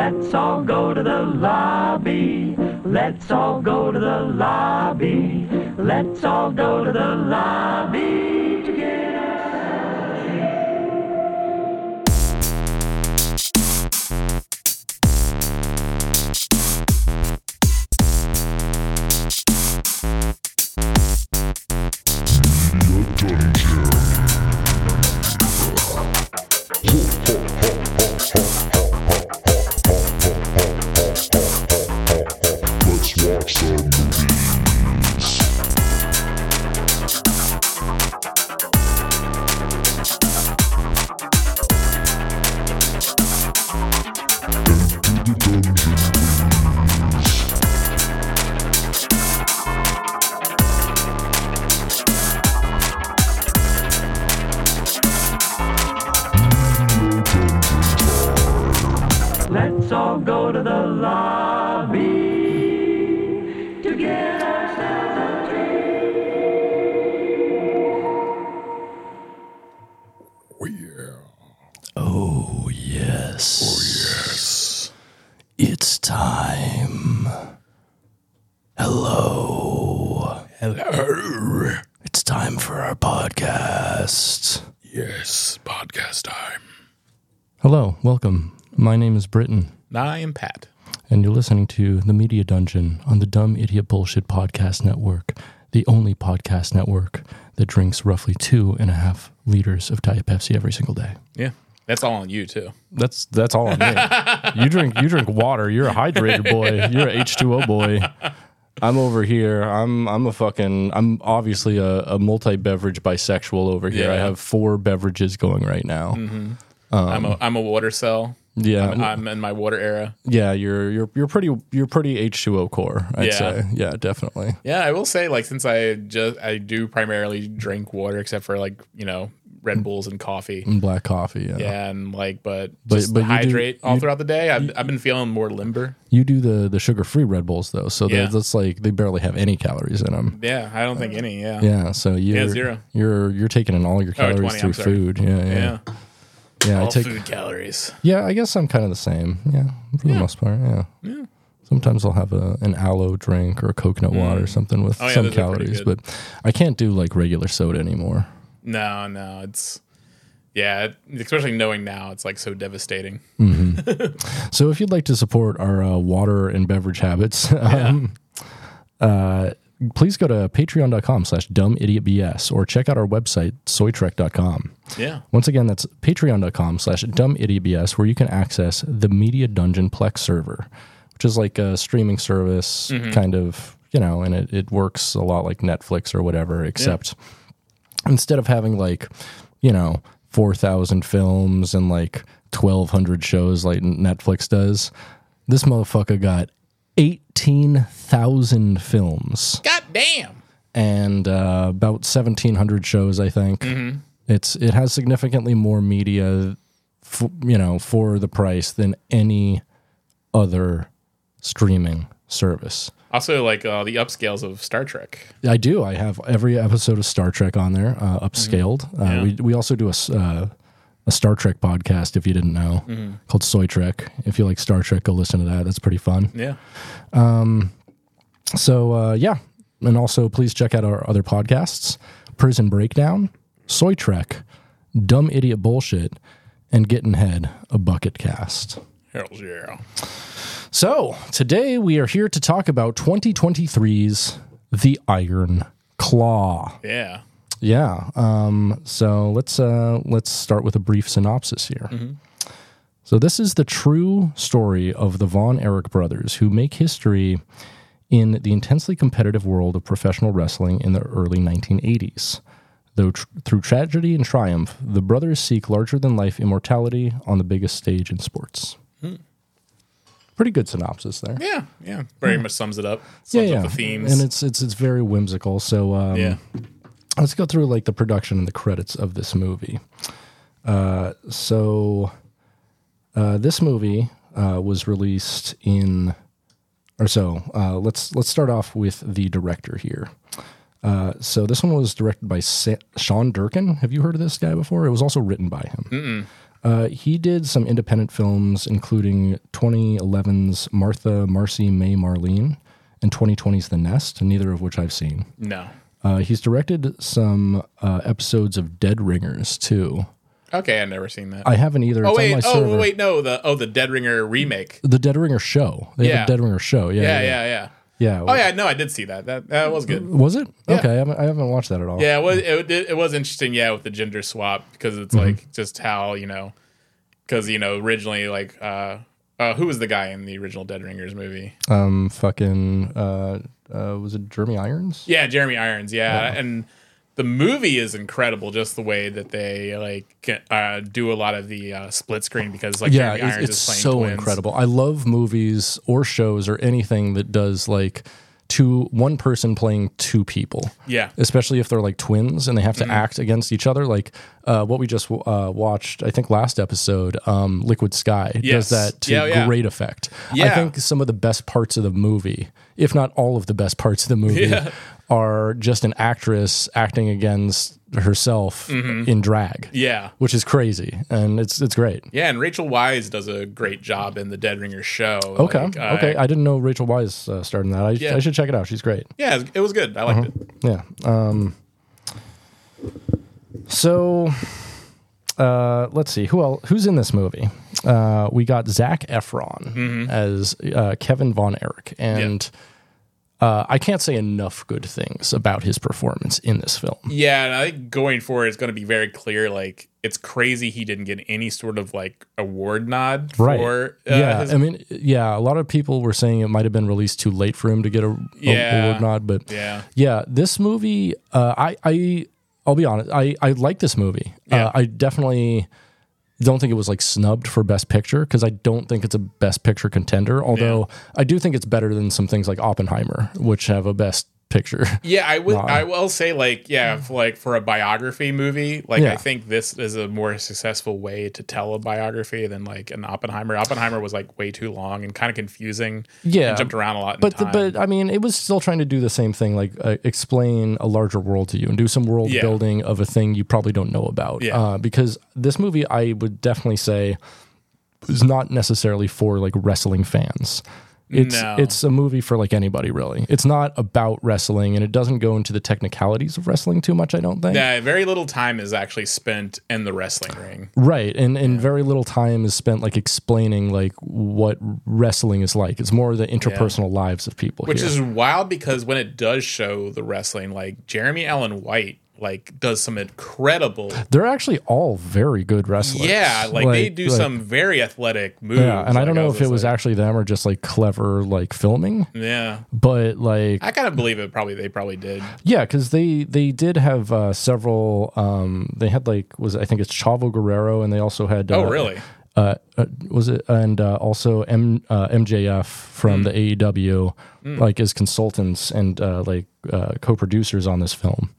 Let's all go to the lobby. Let's all go to the lobby. Let's all go to the lobby together. Let's watch some movies. Into the dungeon, please. Neo dungeon time. Let's all go to the lobby to get ourselves a treat. Oh, yes. Oh, yes. It's time. Hello. Hello. It's time for our podcast. Yes, podcast time. Hello. Welcome. My name is Britton, I am Pat. and you're listening to The Media Dungeon on the Dumb Idiot Bullshit Podcast Network, the only podcast network that drinks roughly two and a half liters of Diet Pepsi every single day. Yeah, that's all on you too. That's that's all I mean. you drink you drink water. You're a hydrated boy. You're a H two O boy. I'm over here. I'm I'm a fucking I'm obviously a, a multi beverage bisexual over here. Yeah. I have four beverages going right now. Um, I'm a I'm a water cell. Yeah, I'm in my water era. yeah. You're you're you're pretty you're pretty H two O core. I'd Yeah. say. Yeah, definitely. Yeah, I will say like since I just I do primarily drink water except for like you know Mm. Red Bulls and coffee. And black coffee. Yeah. Yeah, and like but But- just but you do- hydrate all you- throughout the day. I've, I've been feeling more limber. You do the the sugar free Red Bulls though, so Yeah. they're that's like they barely have any calories in them. Yeah, I don't think any. Yeah, yeah. Uh, Yeah, so you're zero. you're you're taking in all your Oh, calories 20, through I'm sorry. food. Yeah, yeah, yeah. I All take food calories. Yeah, I guess I'm kind of the same. Yeah, for the most part. Yeah. Sometimes I'll have a, an aloe drink or a coconut water or something with Oh, yeah, some those are pretty calories, but good. I can't do like regular soda anymore. No, no, it's yeah. Especially knowing now, it's like so devastating. So if you'd like to support our uh, water and beverage habits, um, uh, please go to patreon.com slash dumbidiotbs or check out our website, soytrek.com. Yeah, Once again, that's patreon.com slash dumbidiotbs where you can access the Media Dungeon Plex server, which is like a streaming service kind of, you know, and it, it works a lot like Netflix or whatever, except instead of having like, you know, 4,000 films and like 1,200 shows like Netflix does, this motherfucker got 18,000 films god damn. and uh, about 1700 shows i think it's it has significantly more media f- you know for the price than any other streaming service Also, like uh, the upscales of Star Trek. i do i have every episode of star trek on there uh, upscaled uh, we, we also do a, s- uh, a star trek podcast if you didn't know called soy trek if you like star trek go listen to that that's pretty fun Yeah. So uh, yeah, and also please check out our other podcasts: Prison Breakdown, Soy Trek, Dumb Idiot Bullshit, and Getting Head, a bucket cast. Hell yeah. So today we are here to talk about 2023's The Iron Claw. Yeah. Yeah. Um, so let's uh, let's start with a brief synopsis here. Mm-hmm. So this is the true story of the Von Erich brothers, who make history in the intensely competitive world of professional wrestling in the early 1980s. Though tr- through tragedy and triumph, the brothers seek larger-than-life immortality on the biggest stage in sports. Hmm. Pretty good synopsis there. Yeah. Yeah. Very much sums it up. Sums up the themes. and it's it's it's very whimsical. So um, yeah. let's go through like the production and the credits of this movie. Uh, so uh, this movie uh, was released in, or so uh, let's let's start off with the director here. Uh, so this one was directed by Sa- Sean Durkin. Have you heard of this guy before? It was also written by him. Uh, he did some independent films, including 2011's Martha, Marcy, May, Marlene, and 2020's The Nest, neither of which I've seen. No. Uh, he's directed some uh, episodes of Dead Ringers, too. Okay, I've never seen that. I haven't either. oh It's on wait, my oh server. wait, no, the oh the Dead Ringer remake. The Dead Ringer show. They Yeah. have a Dead Ringer show. Yeah, Yeah, yeah, yeah, yeah. yeah. Oh yeah, no, I did see that. That that was good. Was it? Okay, I haven't, I haven't watched that at all. Yeah, it was it, it, it was interesting. Yeah, with the gender swap because it's Mm-hmm. like just how you know, because you know originally like uh, uh who was the guy in the original Dead Ringers movie? Um, fucking, uh, uh, was it Jeremy Irons? Yeah, Jeremy Irons. Yeah, and the movie is incredible. Just the way that they like ca- uh, do a lot of the uh, split screen because like yeah, Jeremy it's, Irons it's is playing so twins. incredible. I love movies or shows or anything that does like two one person playing two people. Yeah. Mm-hmm. especially if they're like twins and they have to act against each other. Like uh, what we just uh, watched, I think last episode, um, Liquid Sky does Yes. that to Yeah, yeah. great effect. I Yeah. think some of the best parts of the movie, if not all of the best parts of the movie. Are just an actress acting against herself in drag, Mm-hmm. Yeah. which is crazy, and it's it's great. Yeah, and Rachel Wise does a great job in the Dead Ringer show. Okay. Like, uh, okay. I didn't know Rachel Wise uh, starred in that. I, I should check it out. She's great. Yeah, it was- it was good. I Uh-huh. liked it. Yeah. Um, so uh, let's see who else, who's in this movie. Uh, we got Zach Efron Mm-hmm. as uh, Kevin Von Erich, and uh, I can't say enough good things about his performance in this film. Yeah, and I think going forward, it's going to be very clear. Like, it's crazy he didn't get any sort of like award nod for. uh, yeah. his- I mean, yeah. A lot of people were saying it might have been released too late for him to get a, a Yeah. award nod, but yeah. Yeah, this movie, uh, I, I, I'll be honest, I, I like this movie. Yeah. Uh, I definitely don't think it was like snubbed for Best Picture because I don't think it's a Best Picture contender. Although I do think it's better than some things like Oppenheimer, which have a Best Picture. Yeah, I will. I will say, like, yeah, for, like for a biography movie, like Yeah. I think this is a more successful way to tell a biography than like an Oppenheimer. Oppenheimer was like way too long and kind of confusing. Yeah. and jumped around a lot. In But the, time. but I mean, it was still trying to do the same thing, like uh, explain a larger world to you and do some world Yeah. building of a thing you probably don't know about. Yeah. Uh, because this movie, I would definitely say, is not necessarily for like wrestling fans. It's No. it's a movie for like anybody really. It's not about wrestling, and it doesn't go into the technicalities of wrestling too much. I don't think. yeah, very little time is actually spent in the wrestling ring. Right, and and very little time is spent like explaining like what wrestling is like. It's more the interpersonal lives of people, which here. is wild because when it does show the wrestling like jeremy allen white like does some incredible they're actually all very good wrestlers. yeah like, they do like- some very athletic moves Yeah, and I don't Like, know if just it was like- actually them or just like clever like filming, yeah but like i kind of believe it probably they probably did yeah, because they they did have uh, several. Um, they had like was I think it's Chavo Guerrero, and they also had uh, oh really Uh, uh, was it and uh, also M, uh, MJF Hmm. from the AEW like as consultants and uh, like uh, co-producers on this film.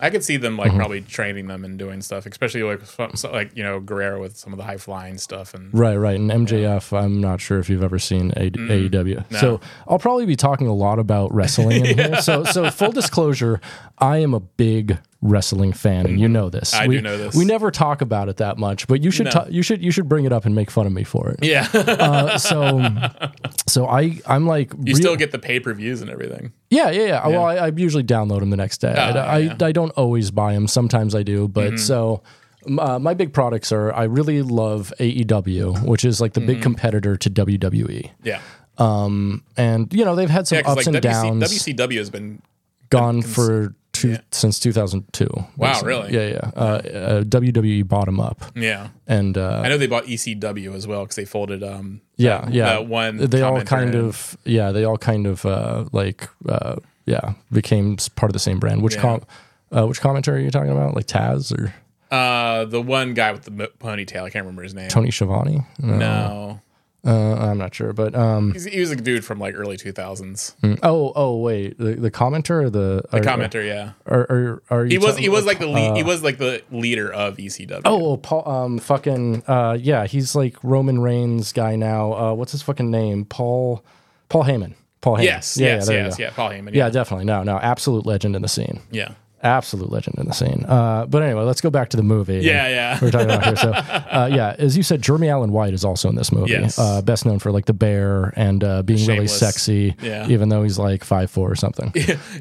i could see them like Mm-hmm. probably training them and doing stuff especially like fu- so- like you know guerrero with some of the high flying stuff and Right, right. And MJF, I'm not sure if you've ever seen A- AEW. So I'll probably be talking a lot about wrestling in here. So, so full disclosure, I am a big wrestling fan, and you know this. I we, do know this. We never talk about it that much, but you should ta- you should you should bring it up and make fun of me for it. yeah you Uh, so, so I I'm like real- still get the pay-per-views and everything yeah, yeah, yeah. Well, I, I usually download them the next day. Oh, I, I, I don't always buy them. Sometimes I do, Mm-hmm. but so. m- Uh, my big products are I really love AEW, which is like the Mm-hmm. big competitor to WWE, yeah and you know they've had some yeah ups because and like WC, downs. wcw has been gone for two since 2002. Wow, basically. really? Mm. Yeah, yeah. Uh, uh, WWE bottom up, yeah and I uh, know they bought ECW as well because they folded um yeah, that- yeah. that one they all commenter kind in. of yeah, they all kind of uh, like uh, yeah became s- part of the same brand. Which Yeah. com- uh, which commentary are you talking about? Like Taz or Uh, the one guy with the mo- ponytail. I can't remember his name. Tony Schiavone? No, No, uh, I'm not sure, but um, He's, he was a dude from like early two thousands. oh oh wait, the, the commenter or the the Commenter, yeah. Are, are, are you He was talking- uh, he was like the lead, he was like the leader of E ECW. Oh, oh, Paul, um, fucking, uh, yeah, he's like Roman Reigns guy now. Uh, what's his fucking name? Paul, Paul Heyman. Paul Heyman. yes, yes, there you yes, go. yeah. Paul Heyman. Yeah, Yeah, definitely. No, no, absolute legend in the scene. yeah. absolute legend in the scene. Uh, but anyway, let's go back to the movie. Yeah, yeah. We're talking about here. So, uh, yeah, as you said, Jeremy Allen White is also in this movie. Yes. Uh, best known for like The Bear and uh, being really Shameless. sexy, Yeah. even though he's like five four or something.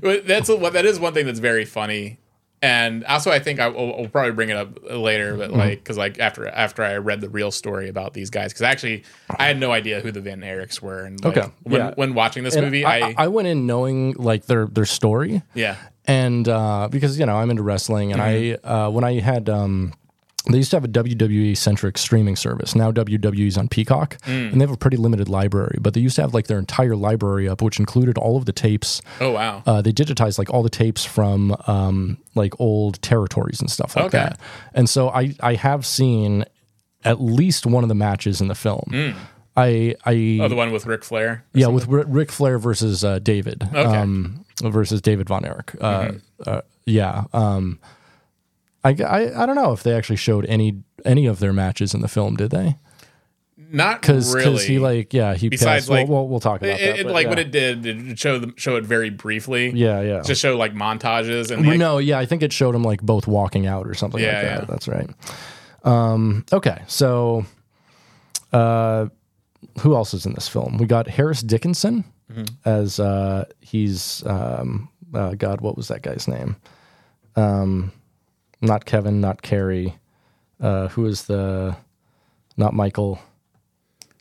Well, that's a- that is one thing that's very funny, and also I think I will I'll probably bring it up later, Mm-hmm. but like because like after after I read the real story about these guys, because actually I had no idea who the Van Erics were, and like, Okay. when, Yeah. when watching this And movie, I, I, I went in knowing like their their story. yeah and uh, because you know I'm into wrestling, and Mm-hmm. I uh, when I had um, they used to have a WWE centric streaming service. Now WWE's on Peacock, Mm. and they have a pretty limited library. But they used to have like their entire library up, which included all of the tapes. oh wow Uh, they digitized like all the tapes from um, like old territories and stuff like Okay. that. And so I I have seen at least one of the matches in the film. I I Hmm. oh the one with Ric Flair yeah, with with Ric Flair versus uh, David. Um, versus David Von Erich. Uh, Mm-hmm. uh, yeah. Um, I, I, I don't know if they actually showed any any of their matches in the film, did they? not Because really he like yeah he Besides, passed. Well, like, we'll, we'll talk it, about that. it- but like yeah. what it did it showed them show it very briefly Yeah, yeah. to show like montages and like no, yeah, I think it showed him like both walking out or something Yeah, like that. yeah. That's right. Um, okay, so uh, who else is in this film? We got Harris Dickinson Mm-hmm. as uh, he's um, uh, God. What was that guy's name? Um, not Kevin, not Carrie. Uh, who is the not Michael?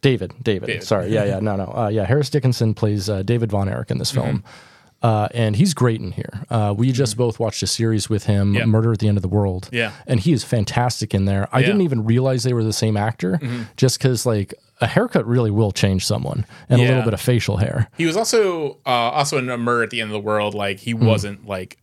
David, David, David. Sorry, yeah, yeah, no, no, uh, yeah. Harris Dickinson plays uh, David Von Erich in this Mm-hmm. film uh, and he's great in here. Uh, we just both watched a series with him, Mm. Yeah. Murder at the End of the World. Yeah. and he is fantastic in there. I Yeah. Mm-hmm. didn't even realize they were the same actor, just because like a haircut really will change someone, and a little Yeah. bit of facial hair. he was also uh, also in a murder at the end of the world like he Mm. wasn't like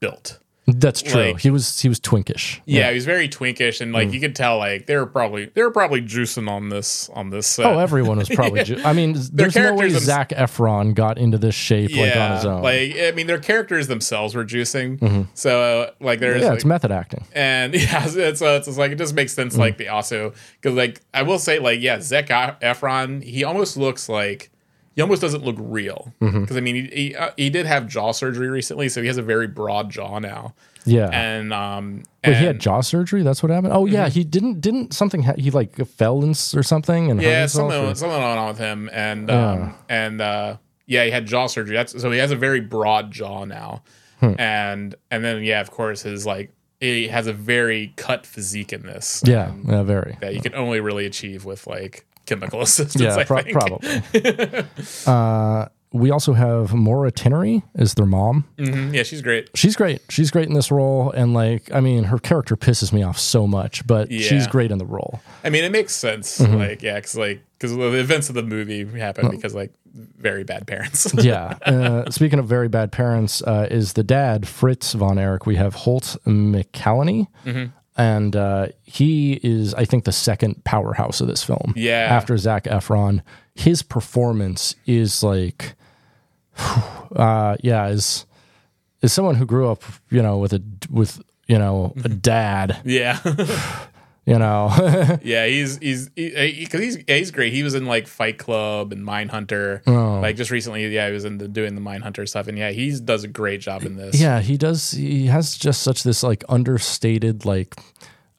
built That's true. Like- Uh, he was he was twinkish. Yeah, he was very twinkish, and Mm. like you could tell, like they were probably they were probably juicing on this on this set. Oh, everyone was probably. ju- I mean, there's no way characters themse- Zach Efron got into this shape like on his own. Mm-hmm. like, I mean, their characters themselves were juicing. So uh, like there's yeah, like- it's Mm. method acting. and yeah, so it's, so it's just, like it just makes sense. Like they also because like I will say like yeah, Zac E, Efron he almost looks like. He almost doesn't look real because Mm-hmm. I mean he he, uh, he did have jaw surgery recently, so he has a very broad jaw now. Yeah. And um, Wait, and, Mm-hmm. he had jaw surgery. That's what happened. Oh yeah, he didn't didn't something. Ha- he like fell in s- or something and hurt yeah, himself, something or- went- something went on with him, and um, and uh, yeah, he had jaw surgery. That's so he has a very broad jaw now, Hmm. and and then yeah, of course, his like he has a very cut physique in this. Yeah, yeah, very. that you can only really achieve with like chemical assistance. Yeah, I pro- think. probably. uh, we also have Maura Tinnery is their mom. Mhm, Yeah, she's great. She's great. She's great in this role, and like, I mean, her character pisses me off so much, but she's Yeah. great in the role. I mean, it makes sense. Mm-hmm. Like yeah, because like because the events of the movie happened because like very bad parents. Yeah. Uh, speaking of very bad parents, uh, is the dad Fritz von Erich? We have Holt McCallany. And uh, he is, I think, the second powerhouse of this film. Yeah. After Zach Efron, his performance is like, uh, yeah, is is someone who grew up, you know, with a with you know a dad, yeah. you know, Yeah, he's he's because he, 'cause he's yeah, he's great. He was in like Fight Club and Mindhunter. Oh. Like just recently, yeah, he was in the doing the Mindhunter stuff, and yeah, he does a great job in this. Yeah, he does. He has just such this like understated like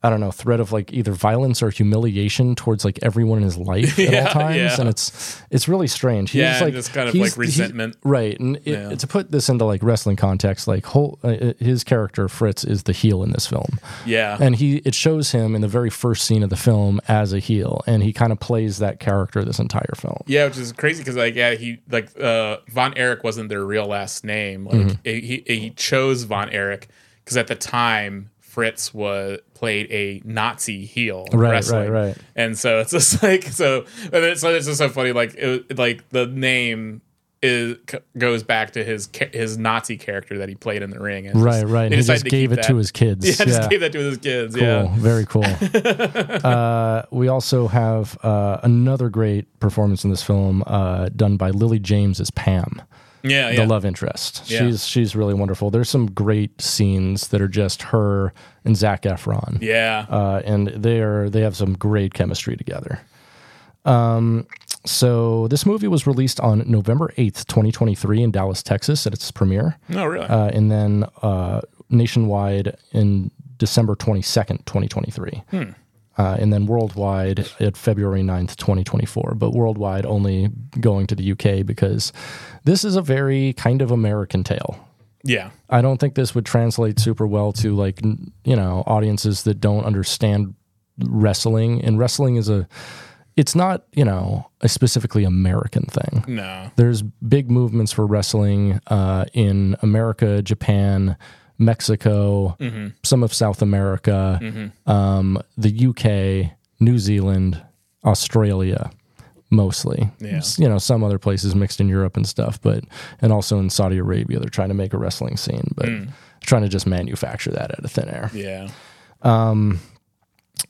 I don't know threat of like either violence or humiliation towards like everyone in his life at all Yeah, times, yeah. and it's it's really strange. He's Yeah, and like this kind of, he's- like, he's- resentment. right? And it, Yeah. to put this into like wrestling context, like whole uh, his character Fritz is the heel in this film, yeah, and he it shows him in the very first scene of the film as a heel, and he kind of plays that character this entire film. yeah, which is crazy because like yeah, he like uh, Von Erich wasn't their real last name. Mm-hmm. Like he, he he chose Von Erich because at the time Fritz was played a Nazi heel in Right, right, wrestling. right. and so it's just like so and it's, so it's just so funny like it, like the name is c- goes back to his ca- his Nazi character that he played in the ring and Right, just- right. And they he decided just gave keep it to that. his kids. yeah, just gave that to his kids Cool. yeah Very cool. uh, we also have uh, another great performance in this film uh, done by Lily James as Pam, yeah yeah the love interest. Yeah. She's she's really wonderful. There's some great scenes that are just her and Zach Efron. yeah Uh, and they are they have some great chemistry together. Um, So this movie was released on November 8th, 2023 in Dallas, Texas at its premiere. No, really. uh, and then uh, nationwide in December 22nd, 2023. Uh, and then worldwide at February 9th, 2024. But worldwide only going to the UK because this is a very kind of American tale. yeah. I don't think this would translate super well to like, n- you know, audiences that don't understand wrestling. And wrestling is a, it's not, you know, a specifically American thing No. there's big movements for wrestling uh, in America, Japan, Mexico, Mm-hmm. some of South America, um, the UK, New Zealand, Australia, mostly. Yeah. S- You know, some other places mixed in Europe and stuff, but and also in Saudi Arabia, they're trying to make a wrestling scene, but Mm. trying to just manufacture that out of thin air. Yeah.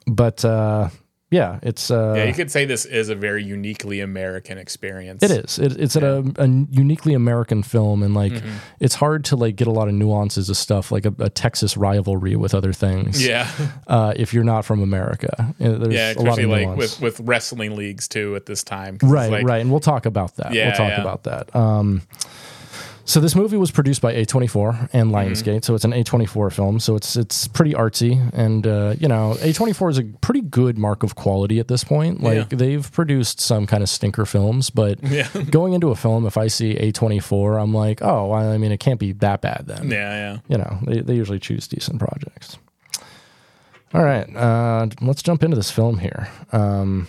But uh, yeah, it's uh, Yeah, you could say this is a very uniquely American experience. It is. It, it's a, a uniquely American film, and like Mm-hmm. it's hard to like get a lot of nuances of stuff, like a, a Texas rivalry with other things. Yeah. Uh, if you're not from America, Uh, there's Yeah, a lot especially of like nuance. with, with wrestling leagues too at this time. 'cause it's right, like- right, and we'll talk about that. Yeah, we'll talk yeah. about that. Um, so this movie was produced by A24 and Mm-hmm. Lionsgate, so it's an A24 film. So it's it's pretty artsy, and uh, you know A24 is a pretty good mark of quality at this point. Like Yeah. they've produced some kind of stinker films, but Yeah. going into a film, if I see A24, I'm like, oh, well, I mean, it can't be that bad then. Yeah, You know, they, they usually choose decent projects. All right, uh, let's jump into this film here. Um,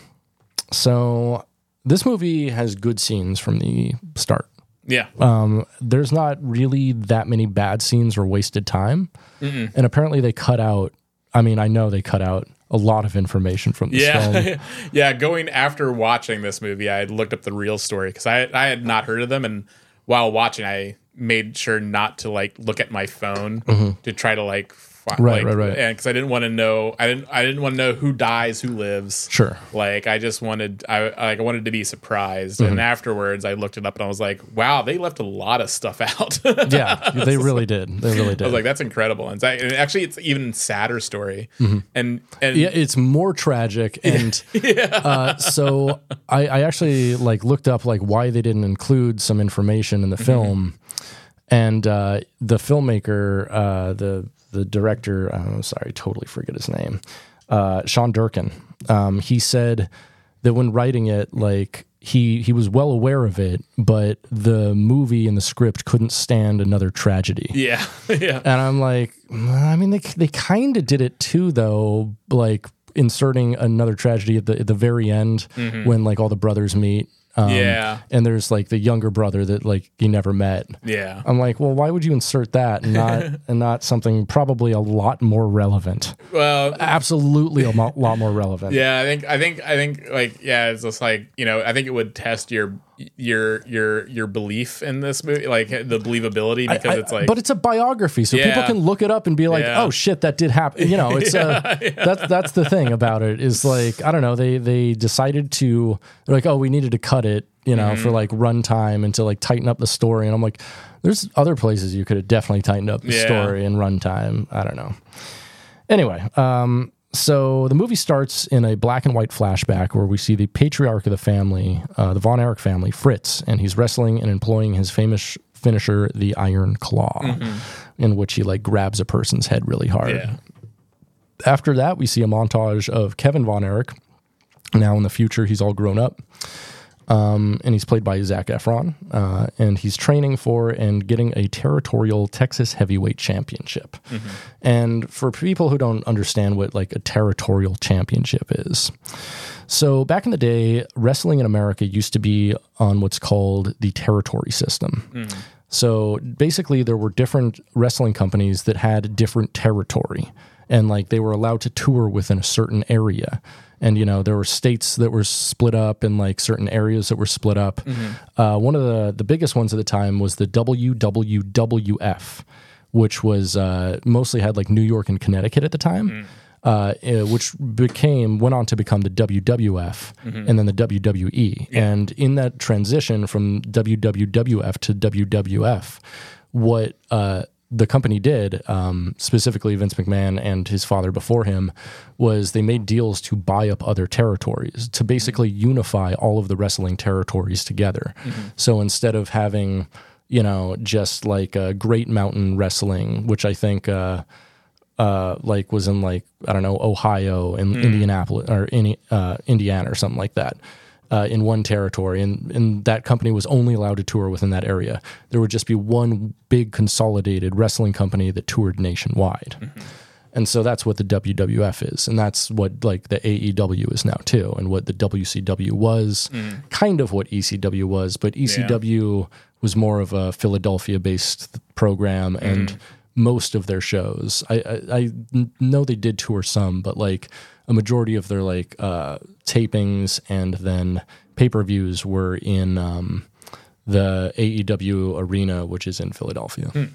so this movie has good scenes from the start. yeah. Yeah. There's not really that many bad scenes or wasted time, Mm-hmm. and apparently they cut out. I mean, I know they cut out a lot of information from this film. yeah. yeah. Going after watching this movie, I had looked up the real story because I, I had not heard of them. And while watching, I made sure not to like look at my phone to try to like. fi- Mm-hmm. Right, like, right, right. And because I didn't want to know, I didn't, I didn't want to know who dies, who lives. Sure. Like I just wanted, I I, like I wanted to be surprised. Mm-hmm. And afterwards, I looked it up and I was like, wow, they left a lot of stuff out. Yeah, they really did. They really did. I was like, that's incredible. And, it's- and actually, it's even sadder story. And and Mm-hmm. yeah, it's more tragic and uh, so I, I actually like looked up like why they didn't include some information in the film and uh, the filmmaker uh, the the director uh, I'm sorry totally forget his name uh, Sean Durkin um, he said that when writing it like he he was well aware of it but the movie and the script couldn't stand another tragedy yeah, yeah, and I'm like, "Mm, I mean, they they kind of did it too, though. Like inserting another tragedy at the at the very end when like all the brothers meet. Um, Yeah. and there's like the younger brother that like you never met. yeah. I'm like, well, why would you insert that and not and not something probably a lot more relevant? Well, Absolutely, a mo- lot more relevant. Oh, yeah. I think I think I think like yeah. It's just like you know. I think it would test your your your your belief in this movie, like the believability, because I- it's like but it's a biography, so people Yeah. can look it up and be like, Yeah. "Oh shit, that did happen." You know, it's uh, that's that's the thing about it is like I don't know. They they decided to they're like, "Oh, we needed to cut it," you know, Mm-hmm. for like runtime and to like tighten up the story. And I'm like, "There's other places you could have definitely tightened up the Yeah. story and runtime." I don't know. Anyway, um, so the movie starts in a black and white flashback where we see the patriarch of the family, uh, the Von Erich family, Fritz, and he's wrestling and employing his famous finisher, the Iron Claw, in which he like grabs a person's head really hard. yeah, After that, we see a montage of Kevin Von Erich. Now in the future, he's all grown up. Um, and he's played by Zach Efron, uh, and he's training for and getting a territorial Texas heavyweight championship. And for people who don't understand what like a territorial championship is, so back in the day, wrestling in America used to be on what's called the territory system. So basically, there were different wrestling companies that had different territory, and like they were allowed to tour within a certain area. And you know, there were states that were split up, and like certain areas that were split up. Uh, one of the the biggest ones at the time was the WWWF, which was uh, mostly had like New York and Connecticut at the time uh, eh, which became went on to become the WWF and then the WWE. And in that transition from WWWF to WWF, what uh, the company did, um, specifically Vince McMahon and his father before him, was they made deals to buy up other territories to basically unify all of the wrestling territories together. So instead of having, you know, just like uh, Great Mountain Wrestling, which I think. Uh, uh, like was in like I don't know Ohio and Indianapolis or any uh, Indiana or something like that uh, in one territory, and and that company was only allowed to tour within that area. There would just be one big consolidated wrestling company that toured nationwide. And so that's what the WWF is, and that's what like the AEW is now too, and what the WCW was, kind of what ECW was, but ECW was more of a Philadelphia-based program, and most of their shows, I, I I n- know they did tour some, but like a majority of their like uh, tapings and then pay-per-views were in um, the AEW arena, which is in Philadelphia.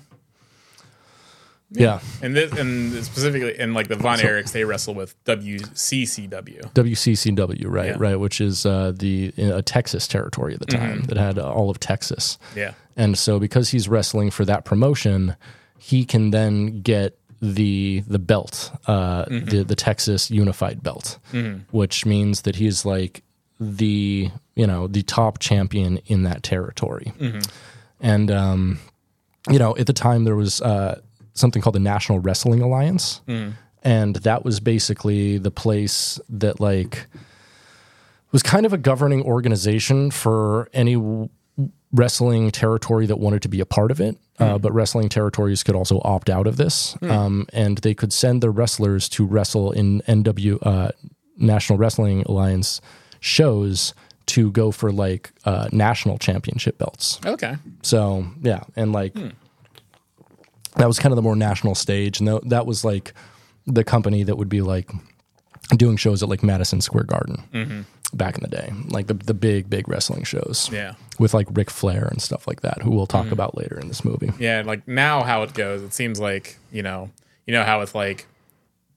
Yeah. And this, and specifically, and like the Von Erichs, they wrestle with WCCW. WCCW, right, Yeah. right, which is uh, the uh, Texas territory at the time that had uh, all of Texas, Yeah. and so because he's wrestling for that promotion, he can then get the the belt, uh, the the Texas Unified Belt, which means that he's like the you know the top champion in that territory, and um, you know, at the time there was uh, something called the National Wrestling Alliance, and that was basically the place that like was kind of a governing organization for any w- wrestling territory that wanted to be a part of it. Uh, but wrestling territories could also opt out of this, um, and they could send their wrestlers to wrestle in NW uh, National Wrestling Alliance shows to go for like uh, national championship belts. Okay. So yeah, and like that was kind of the more national stage, and tho- that was like the company that would be like doing shows at like Madison Square Garden back in the day, like the the big big wrestling shows. Yeah. with like Ric Flair and stuff like that, who we'll talk about later in this movie. Yeah. and, Like now, how it goes, it seems like you know, you know how with like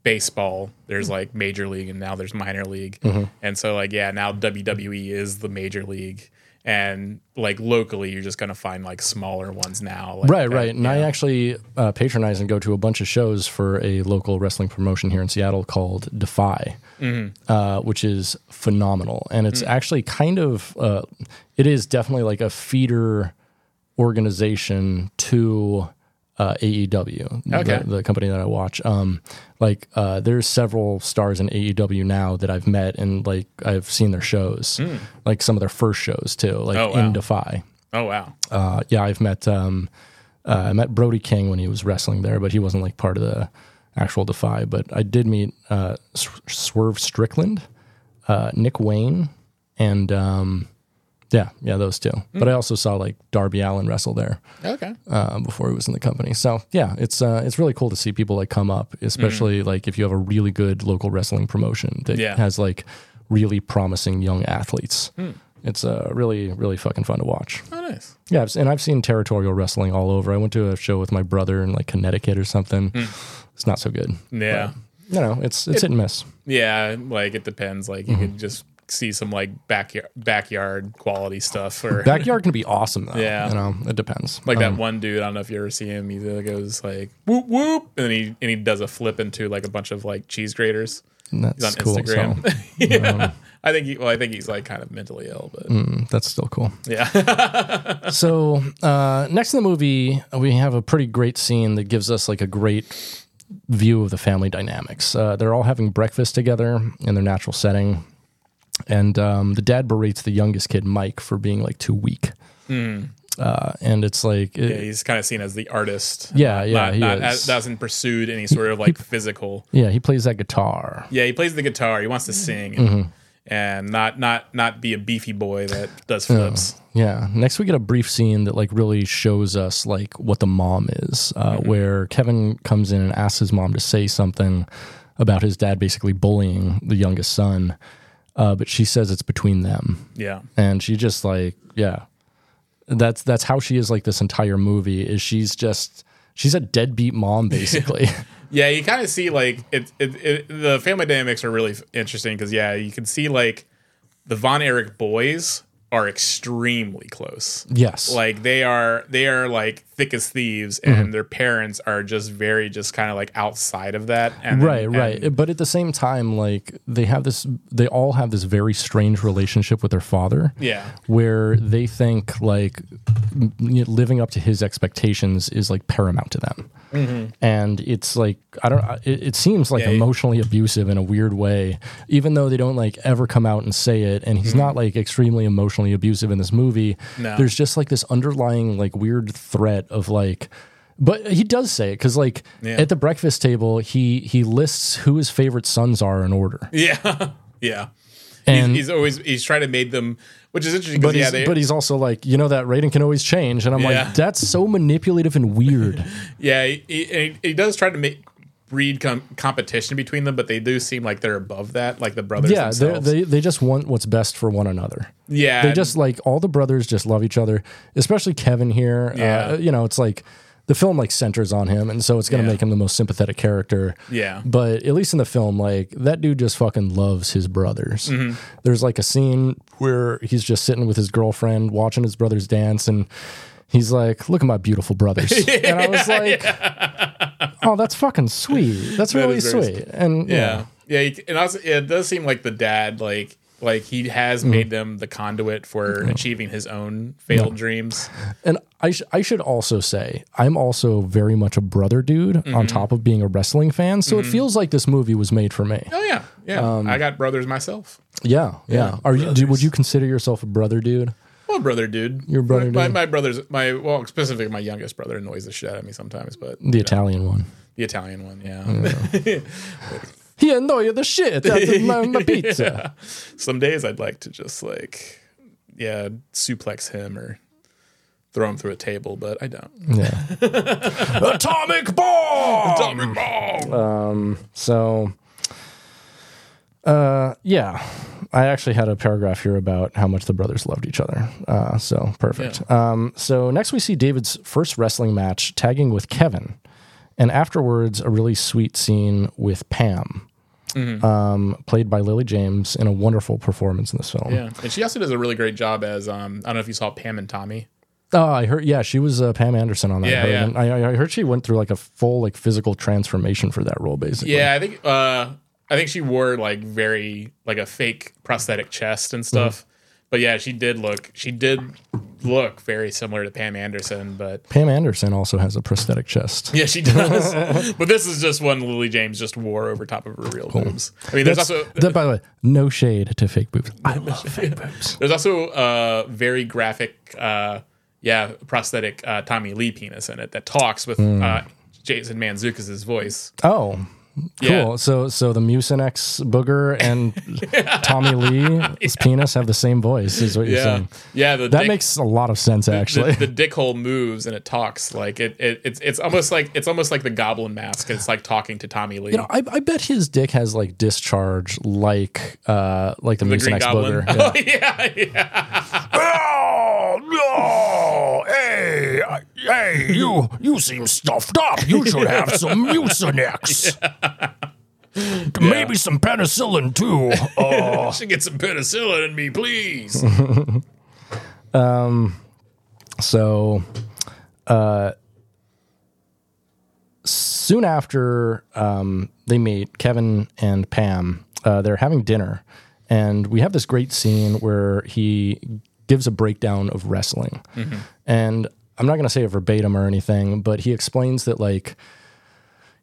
baseball, there's like major league, and now there's minor league, Mm-hmm. and so like yeah, now WWE is the major league, and like locally, you're just gonna find like smaller ones now. Like Right, that- right. And I actually uh, patronize and go to a bunch of shows for a local wrestling promotion here in Seattle called Defy, Mm-hmm. uh, which is phenomenal. And Mm. it's actually kind of, uh, it is definitely like a feeder organization to uh, AEW, the- Okay. the, company that I watch. Um, like, uh, there's several stars in AEW now that I've met and like I've seen their shows, like some of their first shows too, like Mm. Oh, wow. in Defy Oh wow. uh, yeah, I've met um, uh, I met Brody King when he was wrestling there, but he wasn't like part of the actual Defy. But I did meet uh, Sw- Swerve Strickland, uh, Nick Wayne, and um, yeah, yeah, those two. But I also saw like Darby Allen wrestle there Okay. uh, before he was in the company. So yeah, it's uh, it's really cool to see people like come up, especially like if you have a really good local wrestling promotion that Yeah. has like really promising young athletes. It's uh, really really fucking fun to watch. Oh nice. Yeah, I've- and I've seen territorial wrestling all over. I went to a show with my brother in like Connecticut or something. Hmm. It's not so good. Yeah. You know, it's it's hit and miss. Yeah, like it depends. Like you Mm-hmm. could just see some like backyard backyard quality stuff or Backyard can be awesome though. Yeah. you know, it depends. like that one dude. I don't know if you ever see him. He goes like whoop whoop, and then he and he does a flip into like a bunch of like cheese graters. And He's on that's cool. Instagram. So um, yeah. I think he, well, I think he's like kind of mentally ill, but mm, that's still cool. yeah, So uh, next in the movie, we have a pretty great scene that gives us like a great view of the family dynamics. Uh, they're all having breakfast together in their natural setting, and um, the dad berates the youngest kid, Mike, for being like too weak. Uh, and it's like it- Hmm. yeah, he's kind of seen as the artist. Yeah, yeah, not, he not is. as- doesn't pursued any sort of like physical. Yeah, he plays that guitar. Yeah, he plays the guitar. He wants to sing. Mm-hmm. And not not not be a beefy boy that does flips. Yeah. Next, we get a brief scene that like really shows us like what the mom is, uh, where Kevin comes in and asks his mom to say something about his dad basically bullying the youngest son, uh, but she says it's between them, Yeah, and she just like yeah, that's that's how she is like this entire movie is she's just she's a deadbeat mom basically. Yeah, you kind of see like it, it, it. The family dynamics are really f- interesting because yeah, you can see like the Von Erich boys are extremely close. yes. Mm-hmm. Like they are, they are like thick as thieves, and their parents are just very just kind of like outside of that. And then- right, right. and- but at the same time, like they have this, they all have this very strange relationship with their father. yeah. where they think like m- you know, living up to his expectations is like paramount to them and it's like i don't I- it, it seems like Mm-hmm. Yeah, yeah. emotionally abusive in a weird way even though they don't like ever come out and say it and he's not like extremely emotionally abusive in this movie Mm-hmm. No. there's just like this underlying like weird threat of like but he does say it because like Yeah. at the breakfast table he he lists who his favorite sons are in order Yeah. yeah. He's, and he's always he's trying to make them, which is interesting. 'cause, But, yeah, he's, they, but he's also like, you know, that rating can always change. And I'm Yeah. like, that's so manipulative and weird. yeah, he, he, he does try to make breed com- competition between them, but they do seem like they're above that, like the brothers. yeah, they're- themselves. they, they just want what's best for one another. yeah, They just like, all the brothers just love each other, especially Kevin here. Yeah. Uh, you know, it's like the film like centers on him. And so it's going to Yeah. make him the most sympathetic character. Yeah. But at least in the film, like that dude just fucking loves his brothers. Mm-hmm. There's like a scene where he's just sitting with his girlfriend watching his brothers dance and he's like, Look at my beautiful brothers. and I was like, Oh, that's fucking sweet. That's really is very sweet. And yeah, yeah, he- and also yeah, it does seem like the dad, like like he has Mm. made them the conduit for achieving his own failed dreams. And I, sh- I should also say, I'm also very much a brother dude on top of being a wrestling fan. So it feels like this movie was made for me. Oh yeah, yeah. Um, I got brothers myself. Yeah. Yeah. Are you, do, would you consider yourself a brother dude? Well, brother, dude. Your brother my, My, dude. my brother's my well, specifically my youngest brother annoys the shit out of me sometimes, but The Italian one. the Italian one, yeah. He annoyed the shit out of my, my pizza. Some days I'd like to just like, yeah, suplex him or throw him through a table, but I don't. Yeah. Atomic bomb. Atomic Oh! bomb! So, uh, yeah, I actually had a paragraph here about how much the brothers loved each other. Uh, so perfect. Um, so next we see David's first wrestling match, tagging with Kevin, and afterwards a really sweet scene with Pam, Mm-hmm. um, played by Lily James, in a wonderful performance in this film. yeah, and she also does a really great job as um. I don't know if you saw Pam and Tommy. Oh, I heard. Yeah, she was uh, Pam Anderson on that. Yeah, I heard, yeah. and I, I heard she went through like a full like physical transformation for that role, basically. Yeah, I think uh, I think she wore like very like a fake prosthetic chest Mm-hmm. and stuff. But yeah, she did look she did look very similar to Pam Anderson, but Pam Anderson also has a prosthetic chest. Yeah, she does. but this is just one Lily James just wore over top of her real boobs. I mean, there's That's- also that, by the way, no shade to fake boobs. I love fake boobs. there's also uh, very graphic, uh, yeah, prosthetic uh, Tommy Lee penis in it that talks with Hmm. uh, Jason Manzukis' voice. Oh, cool. Yeah. So, so the Mucinex booger and Tommy Lee's penis have the same voice, is what you're Yeah, saying. yeah. The That dick, makes a lot of sense, actually. the, the dick hole moves and it talks like it, it. It's it's almost like it's almost like the Goblin Mask. It's like talking to Tommy Lee. you know, I, I bet his dick has like discharge, like uh, like the, the Green Mucinex Goblin. booger. Yeah. Oh, yeah, yeah. Oh Oh, no! Hey, I- hey, you you seem stuffed up. You should have some Mucinex. Maybe some penicillin too. I should get some penicillin in me, please. So, uh, soon after um, they meet, Kevin and Pam, uh, they're having dinner, and we have this great scene where he gives a breakdown of wrestling, and I'm not going to say it verbatim or anything, but he explains that like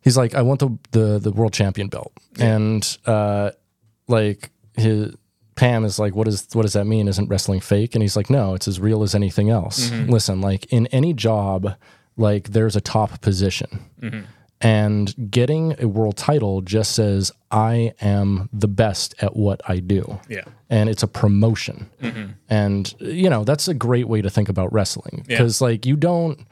he's like, I want the the, the world champion belt, and uh, like his Pam is like, what is what does that mean? Isn't wrestling fake? And he's like, no, it's as real as anything else. Listen, like in any job, like there's a top position, and getting a world title just says I am the best at what I do. Yeah. and it's a promotion, and you know that's a great way to think about wrestling because like you don't.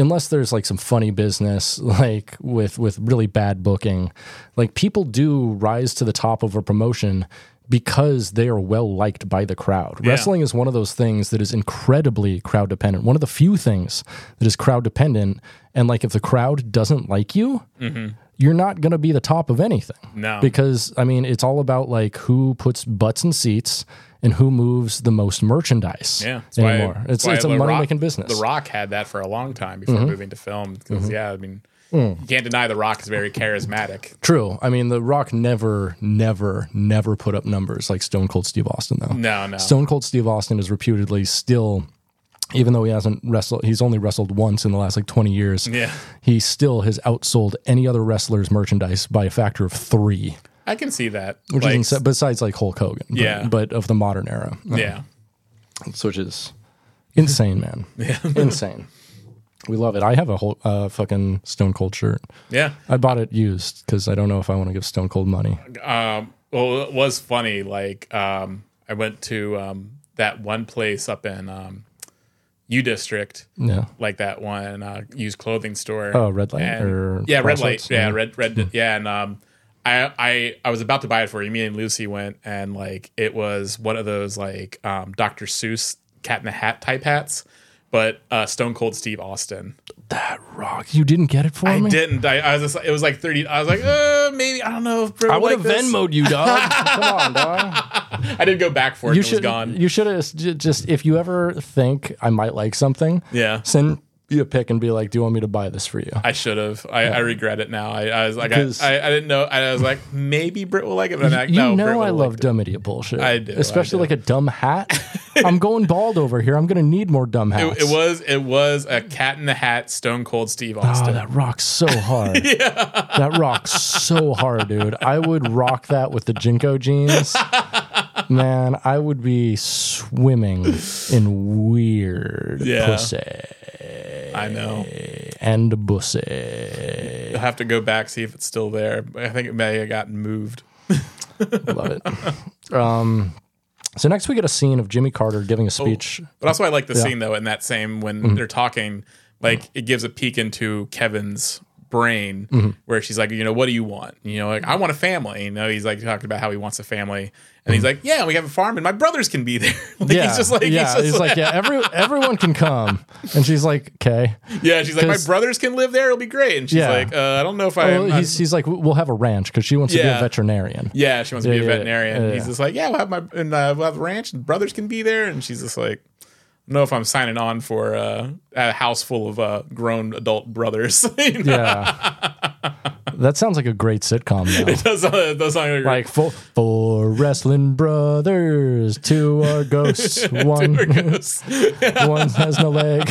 Unless there's like some funny business, like with with really bad booking, like people do rise to the top of a promotion because they are well liked by the crowd. Wrestling is one of those things that is incredibly crowd dependent. One of the few things that is crowd dependent. And like if the crowd doesn't like you, you're not going to be the top of anything. No. Because, I mean, it's all about like who puts butts in seats and who moves the most merchandise Yeah, that's why- anymore. it's why it's a The money Rock- making business. Mm-hmm. The Rock had that for a long time before moving to film. 'cause, yeah, I mean, Mm. you can't deny The Rock is very charismatic. True. I mean, The Rock never, never, never put up numbers like Stone Cold Steve Austin, though. No, no. Stone Cold Steve Austin is reputedly still, even though he hasn't wrestled, he's only wrestled once in the last like 20 years. Yeah. He still has outsold any other wrestler's merchandise by a factor of three, I can see that. which Like, is insa- besides like Hulk Hogan. but- Yeah. But of the modern era. Yeah. Which is insane, man. Yeah. insane. We love it. I have a whole uh, fucking Stone Cold shirt. Yeah. I bought it used because I don't know if I want to give Stone Cold money. Um, well, it was funny. Like, um, I went to um, that one place up in um, U District, Yeah. like that one uh, used clothing store. Oh, Red Light And- or yeah, red Crossroads? light. Yeah, Yeah. Hmm. red red. Yeah, and um, I I I was about to buy it for you. Me and Lucy went, and like it was one of those like um, Dr. Seuss Cat in the Hat type hats, but uh, Stone Cold Steve Austin. That rock. You didn't get it for I me? didn't. I, I was. Just, it was like thirty. I was like, uh, maybe I don't know. If Bro I would like have this. Venmoed you, dog. Come on, dog. I didn't go back for it. You it was should. gone. You should have j- just. If you ever think I might like something, Yeah. send you a pic and be like, "Do you want me to buy this for you?" I should have. I, I regret it now. I, I was like, I, Because- I, I didn't know. I was like, maybe Brit will like it, but I'm like, you no, Brit know will I like love it. dumb idiot bullshit. I do, I especially do. like a dumb hat. I'm going bald over here. I'm gonna need more dumb hats. It, it was it was a Cat in the Hat Stone Cold Steve Oh, Austin. that rocks so hard. That rocks so hard, dude. I would rock that with the Jinko jeans. Man, I would be swimming in weird Yeah. pussy I know. and bussy. I'll have to go back see if it's still there. But I think it may have gotten moved. Love it. Um, so next we get a scene of Jimmy Carter giving Oh. a speech. But also, I like the scene though in that same when Mm-hmm. they're talking, like it gives a peek into Kevin's brain Mm-hmm. where she's like, you know, what do you want? You know, like I want a family. You know, he's like talking about how he wants a family, and he's like, yeah, we have a farm, and my brothers can be there. like, Mm-hmm. yeah, he's just like, yeah, he's just like, like, yeah, every, everyone can come, and she's like, okay. yeah. She's like, my 'cause- brothers can live there. It'll be great. And she's Yeah. Oh, like, uh, I don't know if I. Well, I'm- he's, he's like, we'll have a ranch because she wants to be a Yeah. veterinarian. Yeah, she wants to Yeah, be a yeah, veterinarian. yeah, He's yeah. just like, yeah, we'll have my and uh, we'll have the ranch, and brothers can be there. And she's just like, I don't know if I'm signing on for uh, a house full of uh, grown adult brothers. You know? Yeah. that sounds like a great sitcom now. That's not, that's not gonna Like four, four wrestling brothers, two are ghosts, one one has no leg.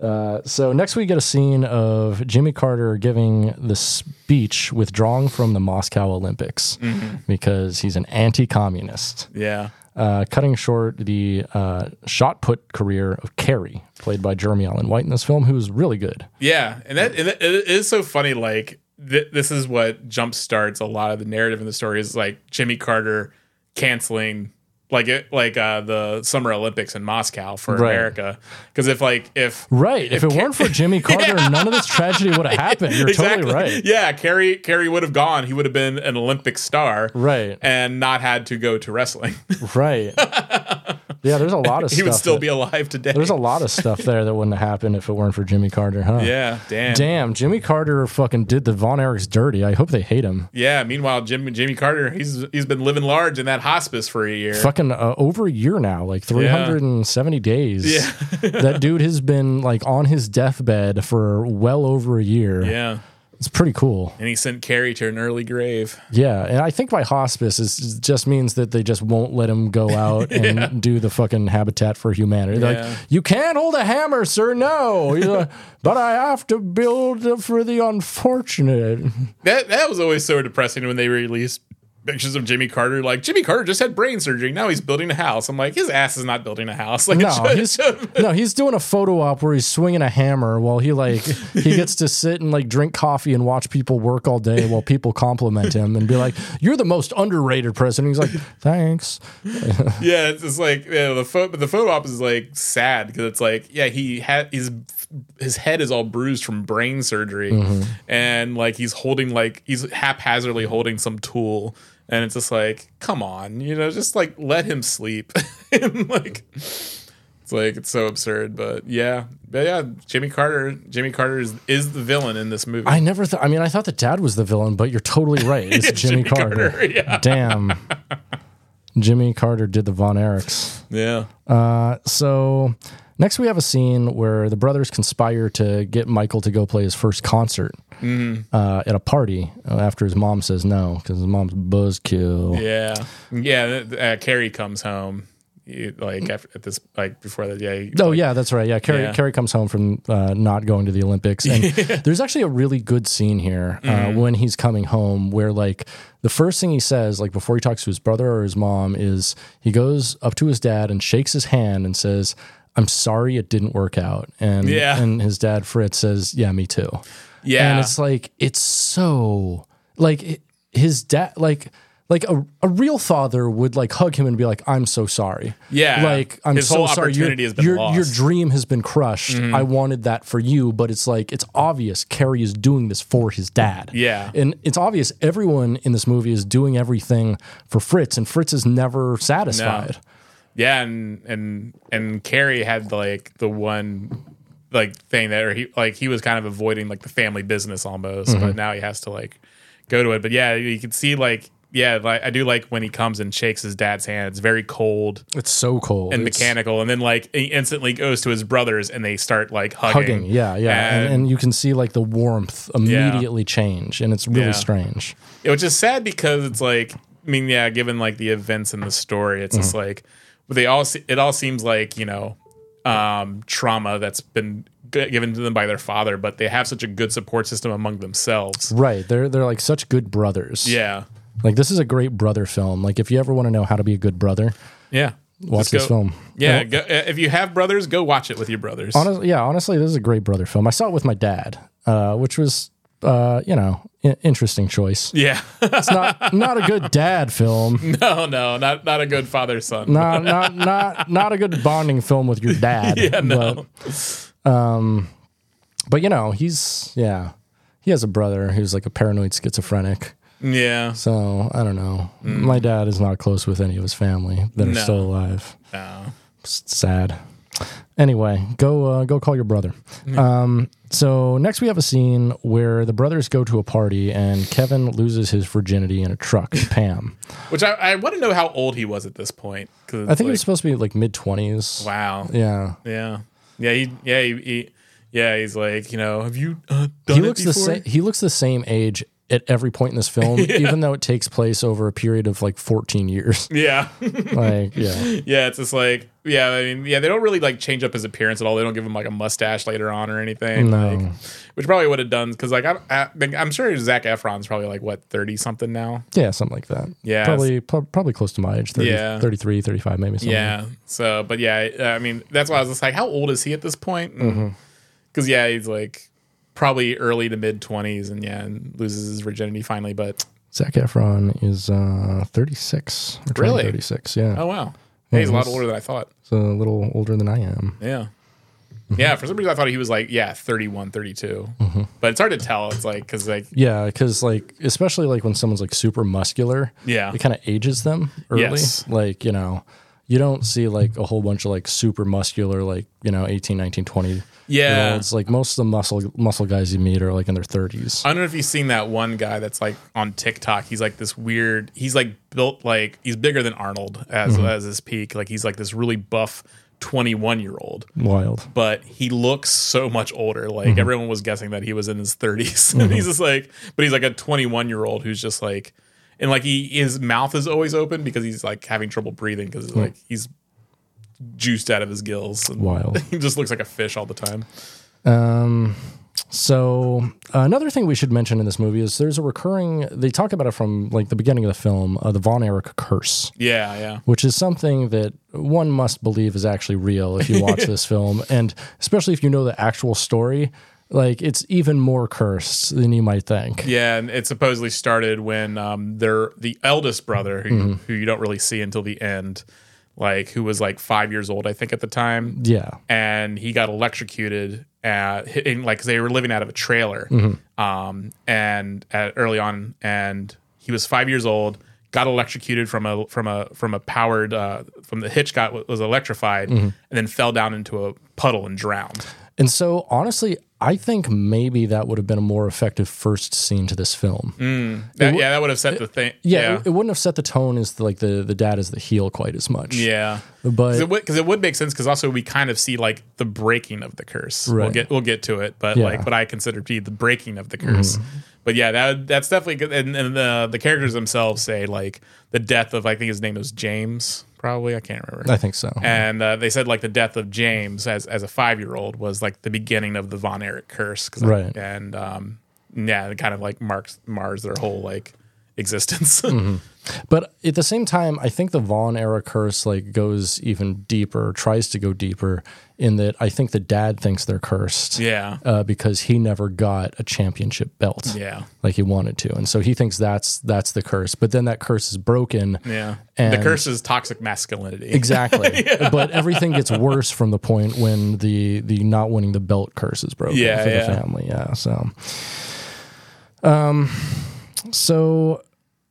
Uh, so next we get a scene of Jimmy Carter giving the speech, withdrawing from the Moscow Olympics because he's an anti-communist, yeah, uh, cutting short the uh, shot put career of Kerry, played by Jeremy Allen White in this film, who is really good. yeah, and that and it it is so funny. Like th- this is what jump starts a lot of the narrative in the story is like Jimmy Carter canceling. Like it, like uh, the Summer Olympics in Moscow for Right. America, because if like if Right. If, it weren't for Jimmy Carter, none of this tragedy would have happened. You're totally right. Yeah, Kerry Kerry would have gone. He would have been an Olympic star, Right. and not had to go to wrestling. Right. yeah, there's a lot of he stuff. would still that- be alive today. There's a lot of stuff there that wouldn't have happened if it weren't for Jimmy Carter, huh? yeah, damn. Damn, Jimmy Carter fucking did the Von Erichs dirty. I hope they hate him. Yeah. Meanwhile, Jim Jimmy Carter he's he's been living large in that hospice for a year. Fucking uh, over a year now, like 370 days. Yeah. that dude has been like on his deathbed for well over a year. Yeah. It's pretty cool. And he sent Carrie to an early grave. Yeah, and I think by hospice is, is- just means that they just won't let him go out and do the fucking Habitat for Humanity. They're Yeah. Like, you can't hold a hammer, sir. No, He's like, but I have to build for the unfortunate. That that was always so depressing when they released pictures of Jimmy Carter. Like Jimmy Carter just had brain surgery. Now he's building a house. I'm like, his ass is not building a house. Like it No, should- he's no, he's doing a photo op where he's swinging a hammer while he like he gets to sit and like drink coffee and watch people work all day while people compliment him and be like, "You're the most underrated president." He's like, "Thanks." yeah, it's just like you know, the photo, but the photo op is like sad because it's like yeah, he had his his head is all bruised from brain surgery, Mm-hmm. and like he's holding like he's haphazardly holding some tool, and it's just like come on, you know, just like let him sleep, and like. It's like it's so absurd, but yeah, but yeah. Jimmy Carter, Jimmy Carter is, is the villain in this movie. I never thought. I mean, I thought the dad was the villain, but you're totally right. It's Jimmy, Carter. yeah. Damn. Jimmy Carter did the Von Erichs. yeah, Uh. So next we have a scene where the brothers conspire to get Michael to go play his first concert uh, at a party uh, after his mom says no because his mom's buzzkill. yeah, yeah. Uh, Carrie comes home, you- Mm. like after, at this, like before that. Yeah, you- Oh yeah, that's right. Yeah, Carrie, Yeah. Carrie comes home from uh, not going to the Olympics, and there's actually a really good scene here uh, Mm-hmm. when he's coming home, where like the first thing he says, like before he talks to his brother or his mom, is he goes up to his dad and shakes his hand and says, "I'm sorry it didn't work out," and Yeah. and his dad Fritz says, "Yeah, me too," yeah. and it's like it's so like it- his dad like. Like a, a real father would like hug him and be like, "I'm so sorry." Yeah. like I'm His so whole sorry. Your- opportunity has been your, lost. Mm-hmm. Your dream has been crushed. I wanted that for you, but it's like it's obvious Carrie is doing this for his dad. Yeah. and it's obvious everyone in this movie is doing everything for Fritz, and Fritz is never satisfied. Yeah, and and and Carrie had like the one like thing that or he like he was kind of avoiding like the family business almost, Mm-hmm. but now he has to like go to it. But yeah, you can see like yeah, like I do like when he comes and shakes his dad's hand. It's very cold It's so cold and It's mechanical, and then like he instantly goes to his brothers and they start like hugging. Hugging, yeah, yeah, and, And- and you can see like the warmth immediately change, and it's really Yeah. strange. which is sad because it's like I mean, yeah, given like the events in the story, it's Mm-hmm. just like they all se- it all seems like you know um, trauma that's been g- given to them by their father, but they have such a good support system among themselves. Right? They're they're like such good brothers. Yeah, Like this is a great brother film. Like if you ever want to know how to be a good brother, yeah. watch Just this go- film. Yeah, go, uh, if you have brothers, go watch it with your brothers. Honest- yeah, honestly, this is a great brother film. I saw it with my dad, uh, which was, uh, you know, i- interesting choice. yeah, It's not not a good dad film. no, no, not not a good father son. Not not not not a good bonding film with your dad. yeah, no. But, um, but you know, he's yeah, he has a brother who's like a paranoid schizophrenic. Yeah, So I don't know. My dad is not close with any of his family that are Mm. No. still alive. no. S- sad. Anyway, go uh, go call your brother. Mm. Um, so next we have a scene where the brothers go to a party and Kevin loses his virginity in a truck. to Pam, Which I, I want to know how old he was at this point. Cause I think he like, was supposed to be like mid twenties. wow. Yeah, Yeah, yeah, he, yeah, he, he, yeah. He's like, you know, have you uh, done he it looks the before? same. He looks the same age at every point in this film, even though it takes place over a period of like fourteen years. Yeah, Like, yeah, yeah. It's just like, yeah. I mean, yeah. They don't really like change up his appearance at all. They don't give him like a mustache later on or anything. No. Like, which probably would have done because like I, I, like, I'm sure Zach Efron's probably like what thirty something now. yeah, something like that. Yeah, probably pro- probably close to my age, 30, Yeah. 33, 35 maybe. Something. Yeah. So, but yeah, I mean, that's why I was just like, how old is he at this point? Because Mm-hmm. yeah, he's like probably early to mid twenties, and yeah, and loses his virginity finally. But Zac Efron is uh, thirty six. Really? thirty six. Yeah. oh wow, yeah, he's a lot he's- older than I thought. It's a little older than I am. Yeah. Yeah, for some reason I thought he was like, yeah, 31, 32. But it's hard to tell. It's like, because like, Yeah, because like especially like when someone's like super muscular, Yeah. it kind of ages them early. Yes. Like you know, you don't see like a whole bunch of like super muscular like you know 18, 19, 20 Yeah. It's like most of the muscle muscle guys you meet are like in their thirties. I don't know if you've seen that one guy that's like on TikTok. He's like this weird, he's like built like, he's bigger than Arnold as, as his peak. Like, he's like this really buff 21 year old, Wild. but he looks so much older. Like, everyone was guessing that he was in his 30s. and he's just like, but he's like a 21 year old who's just like, and like he his mouth is always open because he's like having trouble breathing because like he's juiced out of his gills. And, Wild. He just looks like a fish all the time. So uh, another thing we should mention in this movie is there's a recurring. They talk about it from like the beginning of the film, uh, the Von Erich curse. Yeah, yeah. which is something that one must believe is actually real if you watch this film. And especially if you know the actual story, like it's even more cursed than you might think. Yeah, and it supposedly started when um their the eldest brother who, who you don't really see until the end, like who was like 5 years old I think at the time. Yeah. And he got electrocuted at in, like 'cause they were living out of a Mm-hmm. trailer. Um and at, early on and he was 5 years old got electrocuted from a from a from a powered uh, from the Hitchcock was electrified Mm-hmm. and then fell down into a puddle and drowned. And so, honestly, I think maybe that would have been a more effective first scene to this film. That, yeah, that would have set the thing. Yeah, Mm, yeah, It, it wouldn't have set the tone as the, like the the dad is the heel quite as much. yeah. but Because it, would- 'cause it would make sense. Because also we kind of see like the breaking of the curse. We'll Right. get we'll get to it, but Yeah. Mm-hmm. like what I consider to be the breaking of the curse. But yeah, that that's definitely good. And, and the the characters themselves say like the death of I think his name was James. Probably I can't remember. I think so. and uh, they said like the death of James as as a five year old was like the beginning of the Von Erich curse, 'Cause, like, Right. and um, yeah, it kind of like marks mars their whole like existence. Mm-hmm. But at the same time, I think the Vaughn era curse like goes even deeper, tries to go deeper in that I think the dad thinks they're cursed. yeah, Uh, because he never got a championship belt yeah, like he wanted to, and so he thinks that's that's the curse. But then that curse is broken. yeah. the And- curse is toxic masculinity. Exactly. But everything gets worse from the point when the the not winning the belt curse is broken Yeah, for yeah. the family. Yeah. So um so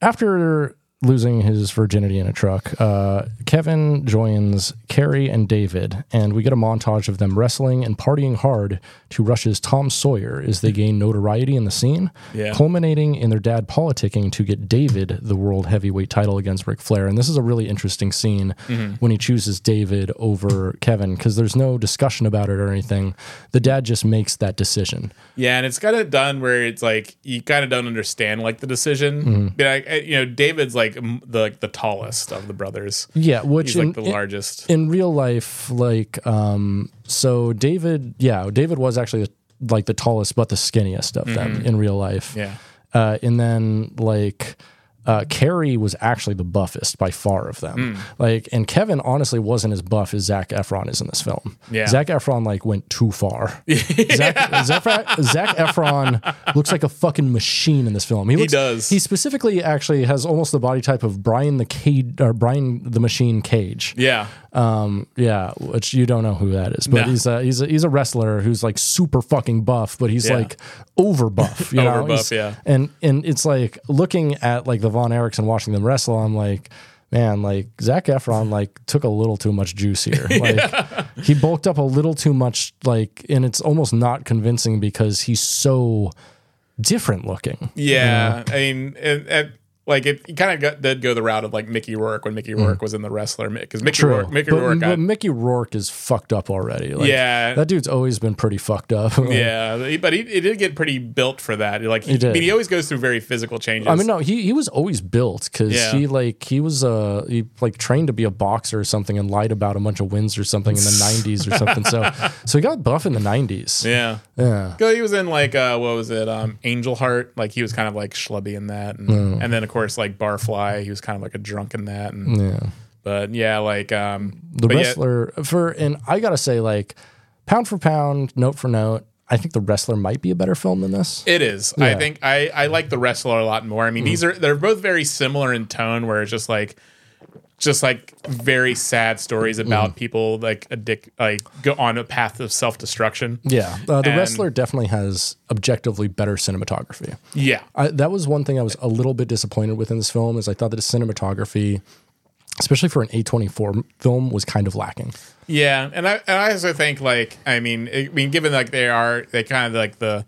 after losing his virginity in a truck, uh, Kevin joins Carrie and David, and we get a montage of them wrestling and partying hard to Rush's Tom Sawyer as they gain notoriety in the scene, Yeah. culminating in their dad politicking to get David the world heavyweight title against Ric Flair. And this is a really interesting scene Mm-hmm. when he chooses David over Kevin because there's no discussion about it or anything. The dad just makes that decision. Yeah, and it's kind of done where it's like you kind of don't understand like the decision. Mm-hmm. But I, I- you know, David's like m- the like, the tallest of the brothers. Yeah, which He's in- like the in- largest. in real life like um so david yeah david was actually like the tallest but the skinniest of them in real life Mm-hmm. Yeah. uh, and then like uh, Carrie was actually the buffest by far of them. Mm. Like, and Kevin honestly wasn't as buff as Zach Efron is in this film. Yeah. Zach Efron like went too far. Zach, Zach, Zac Efron looks like a fucking machine in this film. He, looks, does. He specifically actually has almost the body type of Brian the Cage or Brian the Machine Cage. Yeah, Um, yeah, which you don't know who that is, but No. he's a he's a, he's a wrestler who's like super fucking buff, but he's Yeah. like over buff, you know? Over buff, He's- yeah. And and it's like looking at like the Von Erichs and watching them wrestle, I'm like, man, like Zach Efron like took a little too much juice here. Like he bulked up a little too much, like, and it's almost not convincing because he's so different looking. yeah. I mean, and, and like it, kind of got, did go the route of like Mickey Rourke when Mickey Rourke was in the wrestler because Mickey Rourke, Mm. Mickey but, Rourke, I- but Mickey Rourke is fucked up already. Like, Yeah. that dude's always been pretty fucked up. yeah, he- but he, he did get pretty built for that. Like he, He did. I mean, he always goes through very physical changes. I mean, no, he he was always built because Yeah. he like he was uh he like trained to be a boxer or something and lied about a bunch of wins or something in the '90s or something. So so he got buff in the '90s. yeah. Yeah. Cause he was in like uh, what was it, um, Angel Heart? Like he was kind of like schlubby in that, and, Oh. and then of course like Barfly, he was kind of like a drunk in that. And, yeah. But yeah, like um, The but yeah, wrestler for and I gotta say like pound for pound, note for note, I think the wrestler might be a better film than this. it is. I Yeah. Mm. think I I like the wrestler a lot more. I mean, these are they're both very similar in tone, where it's just like just like very sad stories Mm. about people like addict like go on a path of self destruction. Yeah, uh, the And- wrestler definitely has objectively better cinematography. Yeah. I, that was one thing I was a little bit disappointed with in this film is I thought that the cinematography, especially for an A24 film, was kind of lacking. Yeah, and I and I also think like I mean I mean given like they are they kind of like the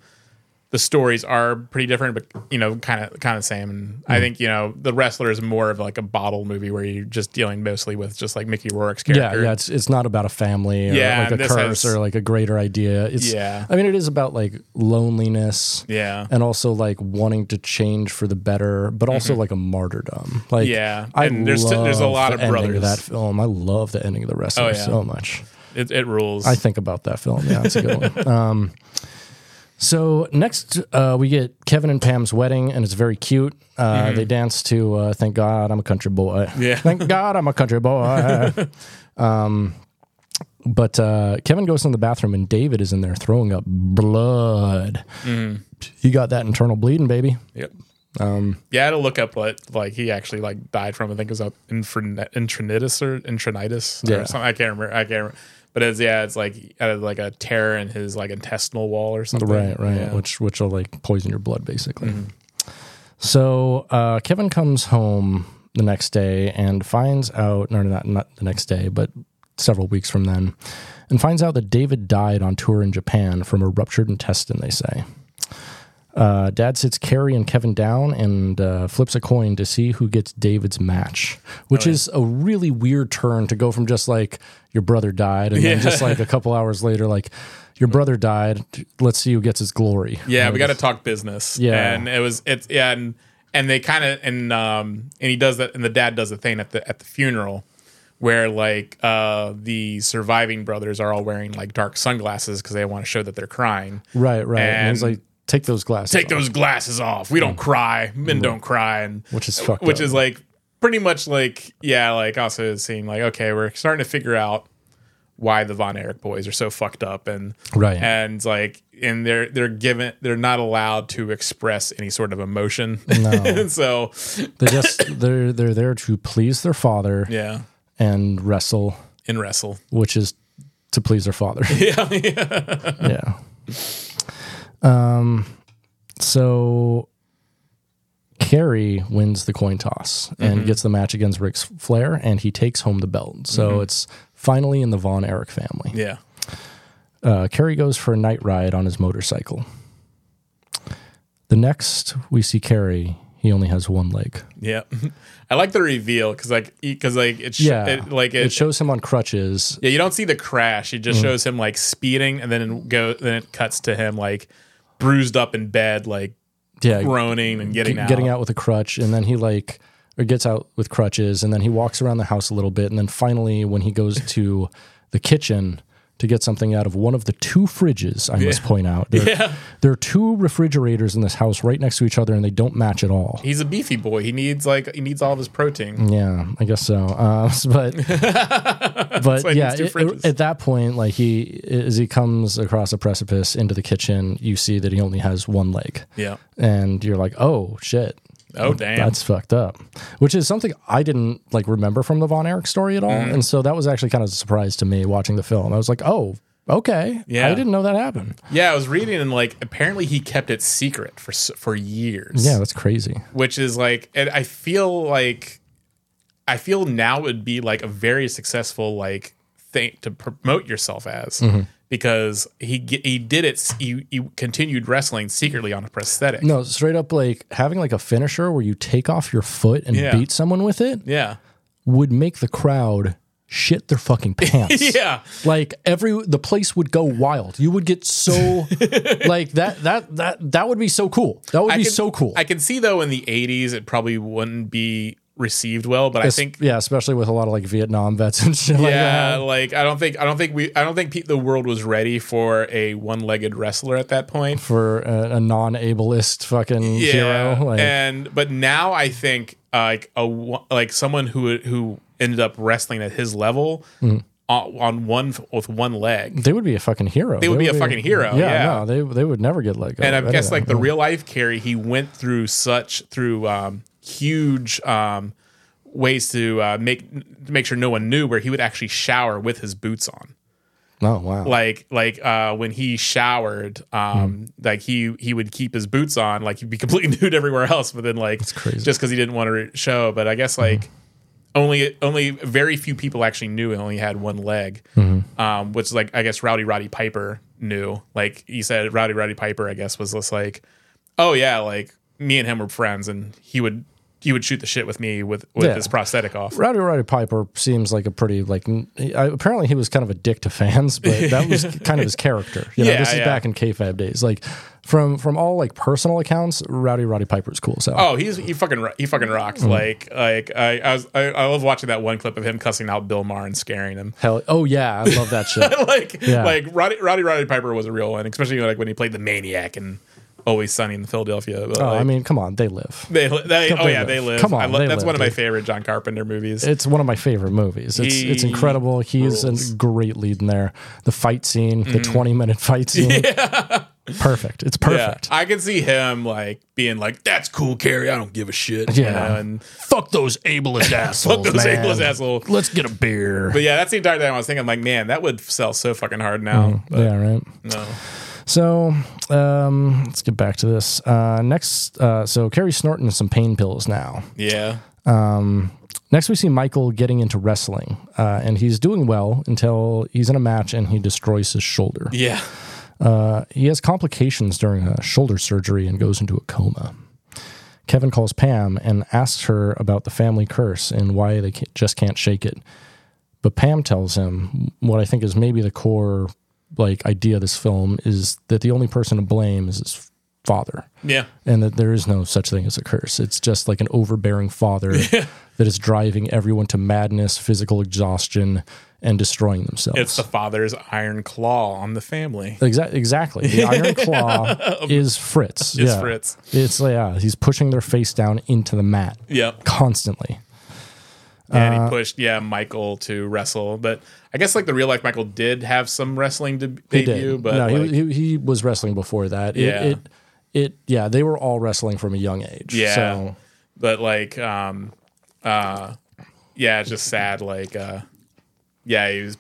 the stories are pretty different, but you know kind of kind of same. And I Hmm. think you know the wrestler is more of like a bottle movie where you're just dealing mostly with just like Mickey Rourke's Yeah, character. yeah. It's it's not about a family or Yeah, like a this curse has- or like a greater idea. It's Yeah. I mean, it is about like loneliness. Yeah. And also like wanting to change for the better, but also like a martyrdom. Like Mm-hmm. Yeah, I and there's- love there's a lot the of ending brothers. Oh, that film. I love the ending of the wrestler yeah. so much. It, it rules. I think about that film. Yeah, it's a good one. Um, so next, uh, we get Kevin and Pam's wedding, and it's very cute. Uh, They dance to uh, "Thank God I'm a Country Boy." Yeah. thank God I'm a Country Boy. um, but uh, Kevin goes in the bathroom, and David is in there throwing up blood. He got that internal bleeding, baby. yep. yeah, I had to look up what like he actually like died from. I think it was uh, infran- intranitis or intranitis or Yeah. something. I can't remember. I can't remember. But it's yeah, it's like he had like a tear in his like intestinal wall or something. Right, right. Yeah. Mm-hmm. Which which will like poison your blood basically. So uh, Kevin comes home the next day and finds out, no, no, not, not the next day, but several weeks from then, and finds out that David died on tour in Japan from a ruptured intestine, they say. Uh, Dad sits Carrie and Kevin down and uh, flips a coin to see who gets David's match, Oh, which is a really weird turn to go from just like your brother died, and then Yeah. just like a couple hours later, like your brother died. Let's see who gets his glory. Yeah, we got to talk business. Yeah. and it was it's yeah, and and they kind of and um and he does that and the dad does the thing at the at the funeral where like uh the surviving brothers are all wearing like dark sunglasses because they want to show that they're crying. Right, right. And, it's And- like, take those glasses. Take those glasses off. We don't cry. Men don't cry. And Mm. Which is fucked which up. is like pretty much like yeah, like also seeing like okay, we're starting to figure out why the Von Erich boys are so fucked up and Right. and like and they're they're given they're not allowed to express any sort of emotion and so They just they're they're there to please their father yeah and wrestle, in wrestle which is to please their father. yeah yeah yeah. Um. So Carrie wins the coin toss Mm-hmm. and gets the match against Ric Flair, and he takes home the belt. So it's finally in the Von Erich family. Mm-hmm. yeah Uh, Kerry goes for a night ride on his motorcycle. The next we see Kerry, he only has one leg. yeah i like the reveal because like because like it, sh- Yeah, it like it, it, shows him on crutches. yeah you don't see the crash it just Mm. shows him like speeding and then it go then it cuts to him like bruised up in bed like Yeah, groaning and getting out getting out with a crutch, and then he like or gets out with crutches, and then he walks around the house a little bit, and then finally when he goes to the kitchen to get something out of one of the two fridges, I must point out, there, there are two refrigerators in this house right next to each other, and they don't match at all. he's a beefy boy he needs like he needs all of his protein Yeah, I guess so. Uh, but but why he yeah, needs two it- fridges. at that point, like he as he comes across a precipice into the kitchen, you see that he only has one leg, yeah and you're like, oh shit. oh damn That's fucked up, which is something I didn't like remember from the Von Erich story at all, Mm. and so that was actually kind of a surprise to me watching the film. I was like, "Oh, okay, Yeah. I didn't know that happened." Yeah, I was reading and like apparently he kept it secret for s- for years. Yeah, that's crazy. which is like, and I feel like, I feel now it would be like a very successful like thing to promote yourself as Mm-hmm. because he ge- he did it. s- He, he continued wrestling secretly on a prosthetic. No, straight up like having like a finisher where you take off your foot and Yeah. beat someone with it. Yeah, would make the crowd shit their fucking pants. yeah, Like every the place would go wild. You would get so like that that that that would be so cool. That would be can- so cool. I can see though in the '80s it probably wouldn't be received well, but I Es- think yeah, especially with a lot of like Vietnam vets and shit like uh, yeah, that. like I don't think I don't think we I don't think pe- the world was ready for a one-legged wrestler at that point. For a, a non-ableist fucking hero, like and but now I think like a wo- like someone who who ended up wrestling at his level Mm. on, on one with one leg, they would be a fucking hero. They would be a fucking hero, yeah. no, they they would never get let go. and I of anything. guess like the real life Carrie, he went through such through um, huge um, ways to uh, make to make sure no one knew where he would actually shower with his boots on. oh wow, like like uh when he showered Hmm. um like he he would keep his boots on like he'd be completely nude everywhere else but then like crazy. Hmm. just because he didn't want to re- show but i guess like only only very few people actually knew he only had one leg Hmm. um which like i guess rowdy roddy piper knew like he said rowdy roddy piper i guess was just like oh yeah like me and him were friends and he would he would shoot the shit with me with with Yeah. his prosthetic off Rowdy Roddy Piper seems like a pretty like. n- I, apparently, he was kind of a dick to fans, but that was kind of his character. You know, Yeah, this is yeah. back in kayfabe days. Like from from all like personal accounts, Rowdy Roddy Piper's cool. So Oh, he's he fucking ro- he fucking Hmm. rocks. Like like I I, was, I I love watching that one clip of him cussing out Bill Maher and scaring him. hell, oh yeah, I love that shit. like Yeah. like Roddy, Roddy Roddy Piper was a real one, especially like when he played the maniac and Always Sunny in Philadelphia. But, Oh, like, I mean, come on, they live. they, they oh they yeah, live. they live. Come I on, lo- they that's live, one of my dude. favorite John Carpenter movies. It's one of my favorite movies. It's it's He incredible. He's rules. Mm. a great lead in there. The fight scene, the twenty minute fight scene, perfect. It's yeah, perfect. I can see him like being like, "That's cool, Carrie. I don't give a shit." you Yeah. know, and Fuck those ableist assholes. fuck those man. ableist asshole. Let's get a beer. But yeah, that's the entire time I was thinking. I'm like, man, that would sell so fucking hard now. Mm-hmm. But yeah, right. no, So um, let's get back to this. Uh, next, uh, so Carrie snorting some pain pills now. yeah, Next, we see Michael getting into wrestling, uh, and he's doing well until he's in a match and he destroys his shoulder. Yeah. He has complications during a shoulder surgery and goes into a coma. Kevin calls Pam and asks her about the family curse and why they ca- just can't shake it. But Pam tells him what I think is maybe the core like idea of this film is that the only person to blame is his father Yeah. and that there is no such thing as a curse. It's just like an overbearing father that is driving everyone to madness, physical exhaustion, and destroying themselves. It's the father's iron claw on the family. Exa- exactly. The iron claw is Fritz. It's yeah. Fritz. It's yeah. He's pushing their face down into the mat Yep. constantly. and Uh, he pushed yeah Michael to wrestle. But I guess like the real life Michael did have some wrestling de- He debut, did. but no, like, he, he, he was wrestling before that. It, Yeah. It, it yeah. They were all wrestling from a young age. yeah, So but like um uh yeah, it's just sad. Like uh yeah, he was.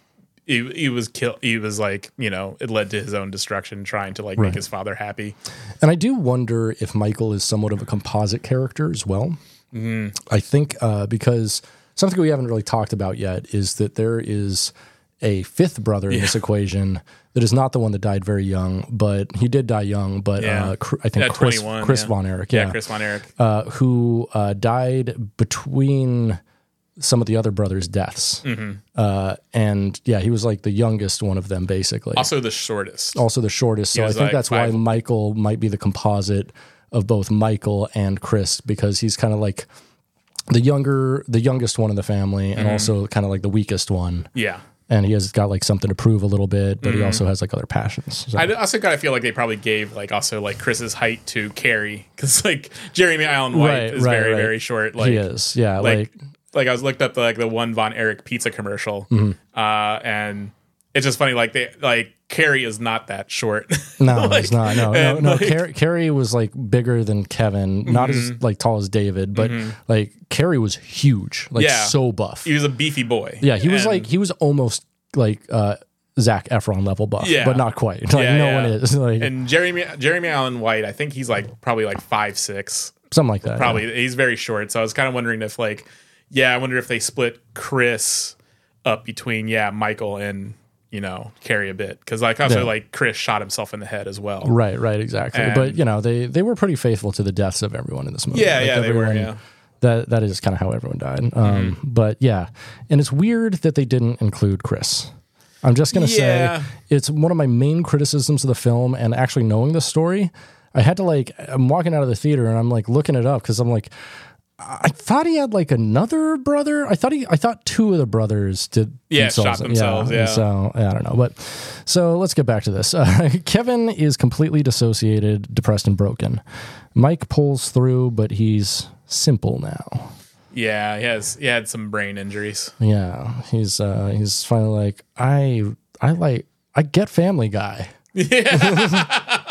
He, he was killed. He was like, you know, it led to his own destruction, trying to like Right. make his father happy. And I do wonder if Michael is somewhat of a composite character as well. Mm-hmm. I think uh, because something we haven't really talked about yet is that there is a fifth brother in this equation that is not the one that died very young, but he did die young. But Yeah. uh, Cr- I think Yeah, Chris, 21, Chris yeah. Von Erich, Yeah, yeah, Chris Von Erich. uh, who uh, died between some of the other brothers' deaths. Mm-hmm. Uh, and yeah, he was like the youngest one of them, basically also the shortest. also the shortest. So I was think like that's five- why Michael might be the composite of both Michael and Chris because he's kind of like the younger, the youngest one in the family, Mm-hmm. and also kind of like the weakest one. Yeah, And he has got like something to prove a little bit, but he also has like other passions. So- Mm-hmm. I d- also gotta feel like they probably gave like also like Chris's height to Carrie because like Jeremy Allen White Right, is right, very right. very short. Like he is, yeah. like Like, like I was looked up the, like the one Von Erich pizza commercial, Mm-hmm. uh, and it's just funny like they like Carrie is not that short. no, he's not. No, no, and, no. like- Mm-hmm. Car- Carrie was like bigger than Kevin, not as like tall as David, but like Carrie was huge, like Yeah. so buff. he was a beefy boy. Yeah, he was And- like he was almost like uh Zach Efron level buff, Yeah. but not quite. Like Yeah, no yeah. one is like and Jeremy Jeremy Allen White. I think he's like probably like five six. something like that. Probably he's very short. So I was kind of wondering if like yeah, I wonder if they split Chris up between yeah Michael and you know Carrie a bit because like also Yeah. like Chris shot himself in the head as well. Right, right, exactly. And- but you know, they they were pretty faithful to the deaths of everyone in this movie. Yeah, yeah, they were, yeah. Mm-hmm. That that is kind of how everyone died. Um, But yeah, and it's weird that they didn't include Chris. I'm just gonna Yeah. say it's one of my main criticisms of the film, and actually knowing the story, I had to like I'm walking out of the theater and I'm like looking it up because I'm like. I thought he had like another brother. I thought he, I thought two of the brothers did. Yeah, shot themselves, and yeah. So I don't know, but so let's get back to this. Uh, Kevin is completely dissociated, depressed, and broken. Mike pulls through, but he's simple now. Yeah, he has he had some brain injuries. Yeah, he's uh, he's finally like I I like I get Family Guy.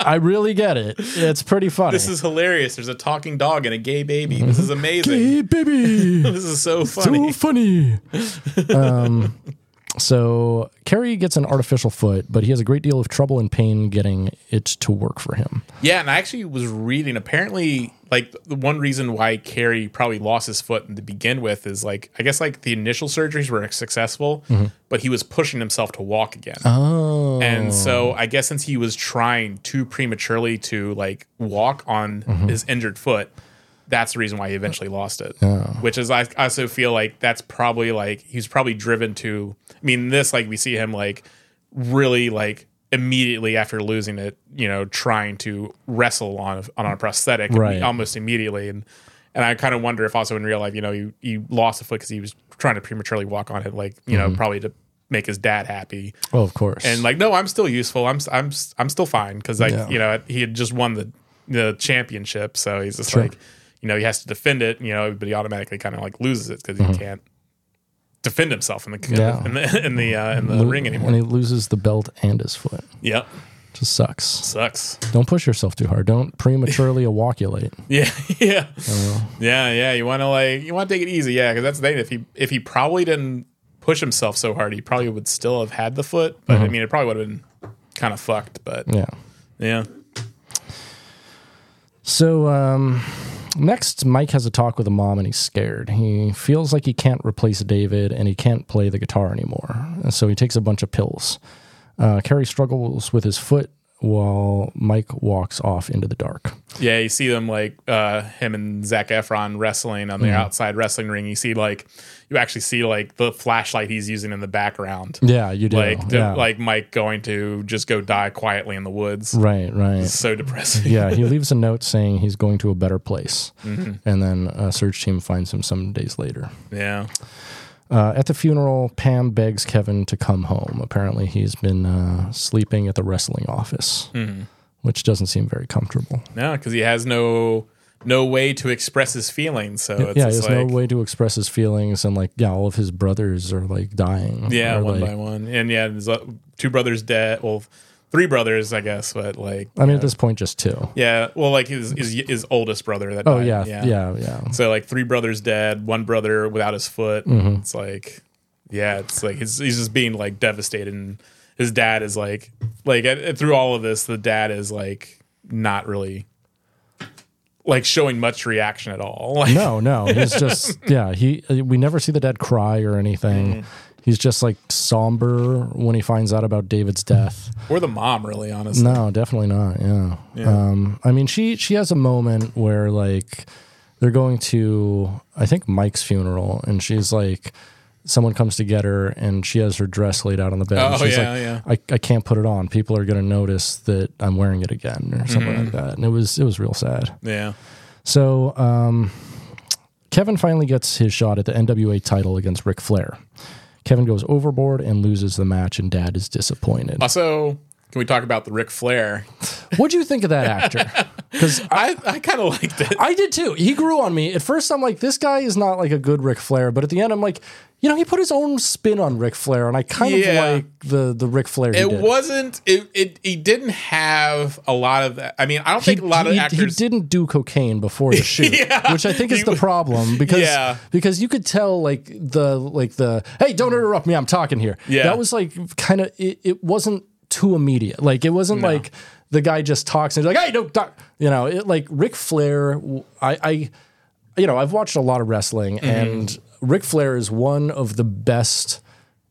I really get it. It's pretty funny. This is hilarious. There's a talking dog and a gay baby. This is amazing. hey, baby. This is so so funny. funny. um, so Carrie gets an artificial foot, but he has a great deal of trouble and pain getting it to work for him. Yeah, and I actually was reading. Apparently, like the one reason why Carrie probably lost his foot to begin with is like I guess like the initial surgeries were successful, Mm-hmm. but he was pushing himself to walk again. Oh, And so I guess since he was trying too prematurely to like walk on Mm-hmm. his injured foot, that's the reason why he eventually lost it. Which is I I also feel like that's probably like he's probably driven to I mean this like we see him like really like immediately after losing it, you know, trying to wrestle on a, on a prosthetic Right. imme- almost immediately and and I kind of wonder if also in real life, you know, he, he lost a foot because he was trying to prematurely walk on it, like, you Mm-hmm. know, probably to make his dad happy oh, of course. and like no i'm still useful i'm i'm i'm still fine because like Yeah. you know he had just won the the championship so he's just Sure. like you know he has to defend it you know but he automatically kind of like loses it because he can't defend himself in the Mm-hmm. Yeah. in the in the, uh, in the ring anymore and he loses the belt and his foot. yep Just sucks. sucks Don't push yourself too hard. Don't prematurely ejaculate. yeah yeah Oh, yeah yeah you want to like you want to take it easy yeah because that's the thing if he if he probably didn't push himself so hard he probably would still have had the foot but Mm-hmm. i mean it probably would have been kind of fucked but Yeah. yeah So um, Next, Mike has a talk with a mom and he's scared. He feels like he can't replace David and he can't play the guitar anymore. So he takes a bunch of pills. Uh, Carrie struggles with his foot while Mike walks off into the dark. Yeah, you see them like uh, him and Zach Efron wrestling Mm. on the outside wrestling ring. You see like you actually see like the flashlight he's using in the background. Yeah, you do. Like the- yeah. like Mike going to just go die quietly in the woods. right, right. So depressing. yeah, he leaves a note saying he's going to a better place. Mm-hmm. And then a search team finds him some days later. Yeah. Uh, at the funeral, Pam begs Kevin to come home. Apparently, he's been uh, sleeping at the wrestling office, Mm-hmm. which doesn't seem very comfortable. No, because he has no no way to express his feelings. So it's yeah, he just has like no way to express his feelings, and like, yeah, all of his brothers are like dying. yeah, Or, one like- by one, and yeah, there's uh, two brothers dead. Well, three brothers, I guess, but like I mean, at this point, just two. yeah, well, like his his, his oldest brother that. Oh died. yeah, yeah, yeah, So like three brothers dead, one brother without his foot. Mm-hmm. It's like, yeah, it's like he's, he's just being like devastated. And his dad is like, like uh, through all of this, the dad is like not really like showing much reaction at all. Like, No, no, he's just yeah. He we never see the dad cry or Mm-hmm. anything. He's just like somber when he finds out about David's death. or the mom really, honestly. No, definitely not. Yeah. Um, I mean, she she has a moment where like they're going to I think Mike's funeral, and she's like. Someone comes to get her, and she has her dress laid out on the bed. and Oh, she's yeah, like, yeah. I, I can't put it on. People are going to notice that I'm wearing it again, or something Mm-hmm. like that. And it was it was real sad. Yeah. So um, Kevin finally gets his shot at the NWA title against Ric Flair. Kevin goes overboard and loses the match, and Dad is disappointed. Also, can we talk about the Ric Flair? What'd you think of that actor? Because I, I kind of liked it. I did too. He grew on me. At first, I'm like, this guy is not like a good Ric Flair, but at the end, I'm like, you know, he put his own spin on Ric Flair, and I kind Yeah. of like the the Ric Flair. He It did. wasn't. It, it. He didn't have a lot of. that. I mean, I don't He, think a lot of he- he actors. didn't do cocaine before the shoot, Yeah. which I think is He the was- problem because Yeah. Mm. because you could tell like the like the hey don't interrupt me I'm talking here Yeah. that was like kind of it, it wasn't too immediate like it wasn't like the guy just talks and he's like hey don't talk you know it like Ric Flair w- I I you know I've watched a lot of wrestling Mm-hmm. and Ric Flair is one of the best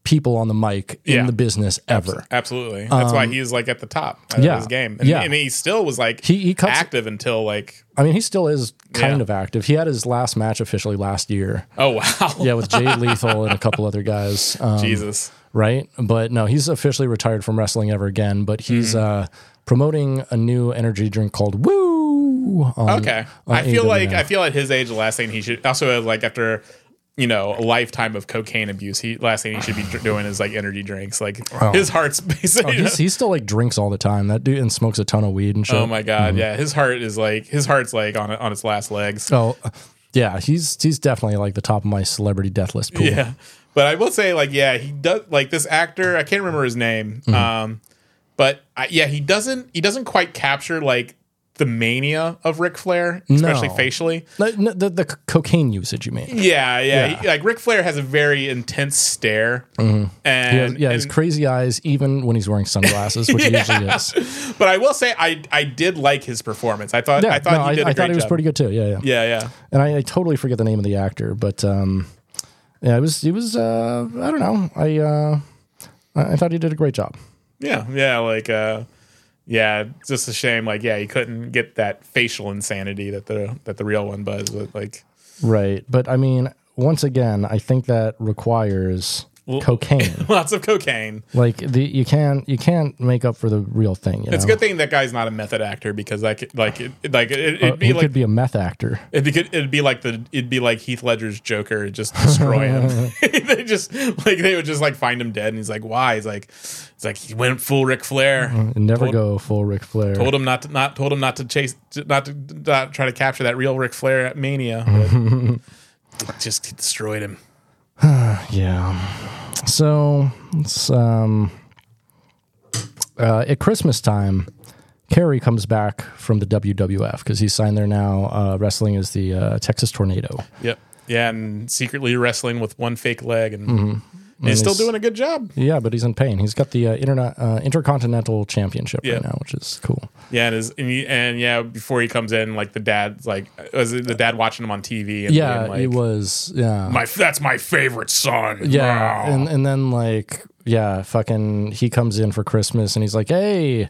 people on the mic in Yeah. the business ever Absolutely. That's why he was like at the top of Um, yeah, his game. And, yeah. and he still was like He- he cuts- active until like, I mean he still is kind Yeah. of active he had his last match officially last year. oh, wow. yeah, with Jay Lethal and a couple other guys, um, Jesus. right? But no, he's officially retired from wrestling ever again. But he's Mm-hmm. uh, promoting a new energy drink called Woo. Uh, on- Okay. on I feel AEW. like, I feel at his age, the last thing he should also like after, you know, a lifetime of cocaine abuse, he last thing he should be dr- doing is like energy drinks. Like his heart's basically. Oh, he's, he still like drinks all the time. That dude and smokes a ton of weed and shit. oh my Mm-hmm. God. Yeah. His heart is like, his heart's like on, on its last legs. So, Oh, yeah, he's he's definitely like the top of my celebrity death list pool. Yeah. But I will say, like, yeah, he does like this actor, I can't remember his name. Mm-hmm. Um, but I, yeah, he doesn't he doesn't quite capture like the mania of Ric Flair, especially No. facially. Like, n- The, the, c- cocaine usage, you mean? Yeah, yeah. Yeah. He- like Ric Flair has a very intense stare. He has- And yeah, his and- crazy eyes, even when he's wearing sunglasses, which he usually is. but I will say I I did like his performance. I thought Yeah, I thought no, he did a I, I great thought he was job. pretty good too. Yeah, yeah. yeah, yeah. and I, I totally forget the name of the actor, but um, yeah, it was it was uh, I don't know. I uh, I I thought he did a great job. Yeah, yeah, like uh yeah, it's just a shame. Like, yeah, he couldn't get that facial insanity that the that the real one was. But like, Right, but I mean, once again, I think that requires cocaine. lots of cocaine. like the you can't you can't make up for the real thing. You It's a know? good thing that guy's not a method actor because like it- like it, like Uh, it, it'd he be like could be a meth actor. it'd be good, it'd be like the it'd be like Heath Ledger's Joker it'd just destroy him. they just like they would just like find him dead and he's like why he's like it's like he went full Ric Flair. And never Told- go full Ric Flair. Told him not to not told him not to chase not to not try to capture that real Ric Flair mania. But it just destroyed him. Yeah. So it's um uh, at Christmas time, Kerry comes back from the WWF because he's signed there now. Uh, wrestling is the uh, Texas Tornado. Yep. Yeah, and secretly wrestling with one fake leg and Mm-hmm. And he's still he's- doing a good job. Yeah, but he's in pain. He's got the uh, interna- uh, Intercontinental Championship Yeah. right now, which is cool. Yeah, and, his, and, he, and yeah, before he comes in, like the dad's like, was it the dad watching him on TV? And Yeah, being like, it was. Yeah. My that's my favorite son. Yeah, Wow. and and then like yeah, fucking he comes in for Christmas and he's like, "Hey,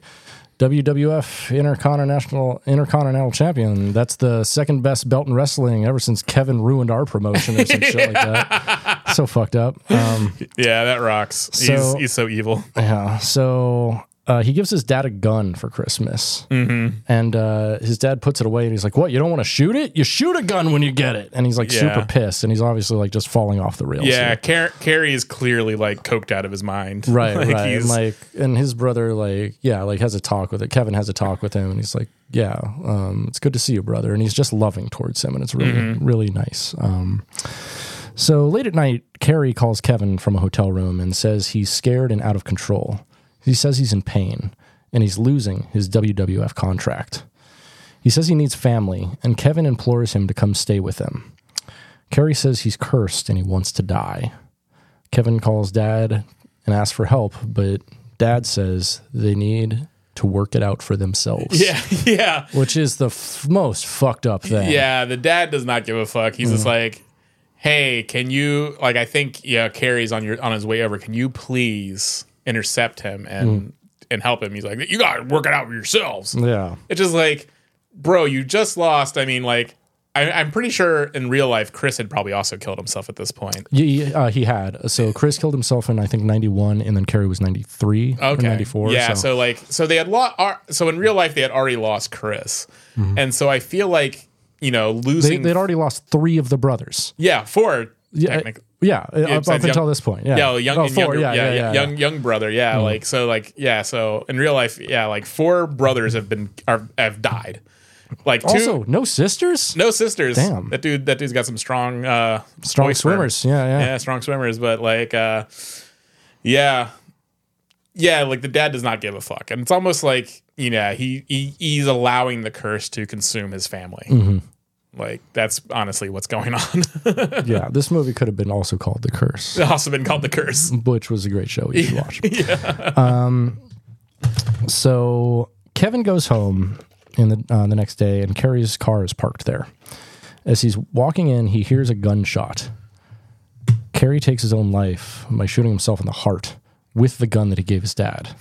WWF Intercontinental Intercontinental Champion. That's the second best belt in wrestling ever since Kevin ruined our promotion or some shit like that." So fucked up. Um, yeah, that rocks. So- he's, he's so evil. yeah. So uh, he gives his dad a gun for Christmas, Mm-hmm. and uh, his dad puts it away, and he's like, "What? You don't want to shoot it? You shoot a gun when you get it." And he's like Yeah. super pissed, and he's obviously like just falling off the rails. Yeah, here. Car- Carrie is clearly like coked out of his mind. Right, like, right. And He's, like, and his brother, like, yeah, like has a talk with it. Kevin has a talk with him, and he's like, yeah, um, it's good to see you, brother. And he's just loving towards him, and it's really, Mm-hmm. really nice. Um, so late at night, Carrie calls Kevin from a hotel room and says he's scared and out of control. He says he's in pain and he's losing his WWF contract. He says he needs family, and Kevin implores him to come stay with him. Carrie says he's cursed and he wants to die. Kevin calls dad and asks for help, but dad says they need to work it out for themselves. yeah, yeah, Which is the f- most fucked up thing. yeah. The dad does not give a fuck. He's just Mm. like, hey, can you like? I think yeah, Carrie's on your on his way over. Can you please intercept him Mm. and and help him? He's like, you got to work it out yourselves. Yeah. It's just like, bro, you just lost. I mean, like, I, I'm pretty sure in real life, Chris had probably also killed himself at this point. Ye- uh, he had. So Chris killed himself in, I think, 91, and then Carrie was 93 or Okay. 94. Yeah. So. like, so they had lost. So in real life, they had already lost Chris, and so I feel like you know Mm-hmm. they, losing. they'd already lost three of the brothers. yeah, four. Yeah. technic- Yeah. up, up besides until young- this point. Yeah. Yeah, well, young, Oh, and four, younger, yeah, yeah, yeah. Mm-hmm. young, young brother. Yeah, like so, like yeah, so in real life, yeah, like four brothers have been are, have died. Like two, Also, no sisters? no sisters. Damn. that dude, that dude's got some strong, uh, Strong boy swimmers. Yeah, yeah. yeah, strong swimmers, but like, uh, yeah, yeah, like the dad does not give a fuck, and it's almost like you know he, he he's allowing the curse to consume his family. Mm-hmm. Like that's honestly what's going on. yeah. This movie could have been also called The Curse. it's also been called the curse. which was a great show you should watch. Um, so Kevin goes home in the uh, the next day, and Carrie's car is parked there. As he's walking in, he hears a gunshot. Carrie takes his own life by shooting himself in the heart with the gun that he gave his dad.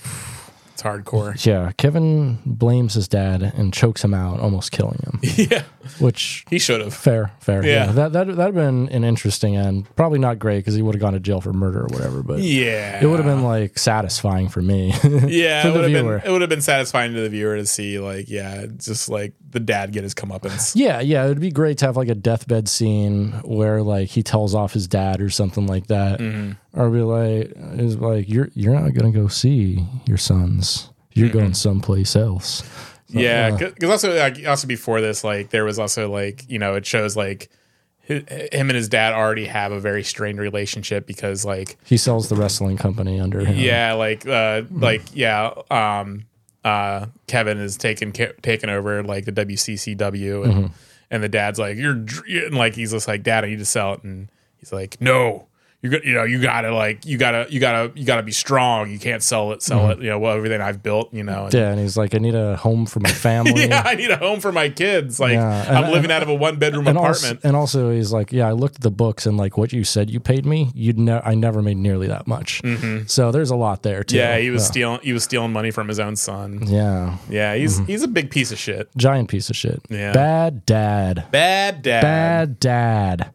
It's hardcore. Yeah, Kevin blames his dad and chokes him out, almost killing him. yeah, Which he should have. fair, fair. Yeah. that that that'd been an interesting end. Probably not great because he would have gone to jail for murder or whatever. But Yeah, it would have been like satisfying for me. for the yeah, it would have viewer. been it would have been satisfying to the viewer to see like yeah, just like the dad get his comeuppance. yeah, yeah, it'd be great to have like a deathbed scene where like he tells off his dad or something like that, Mm-hmm. or be like, is like you're you're not gonna go see your sons. You're going someplace else. Yeah, because also like, also before this, like there was also like you know it shows like hi- him and his dad already have a very strained relationship because like He sells the wrestling company under him. yeah like uh like yeah um uh Kevin is taking ca- taking over like the WCCW and and the dad's like you're dr- you're-" and like he's just like dad I need to sell it and he's like no. You got, you know, you gotta like, you gotta, you gotta, you gotta be strong. You can't sell it, sell it. You know, well, everything I've built, you know. and- yeah, and he's like, I need a home for my family. yeah, I need a home for my kids. Like Yeah, and- I'm living out of a one bedroom And also, apartment. and also, he's like, yeah, I looked at the books and like what you said you paid me, you'd ne- I never made nearly that much. So there's a lot there too. Mm-hmm. yeah, he was stealing he was stealing money from his own son. yeah, Yeah, he's he's a big piece of shit. giant piece of shit. Yeah. Bad dad. Bad dad. Bad dad.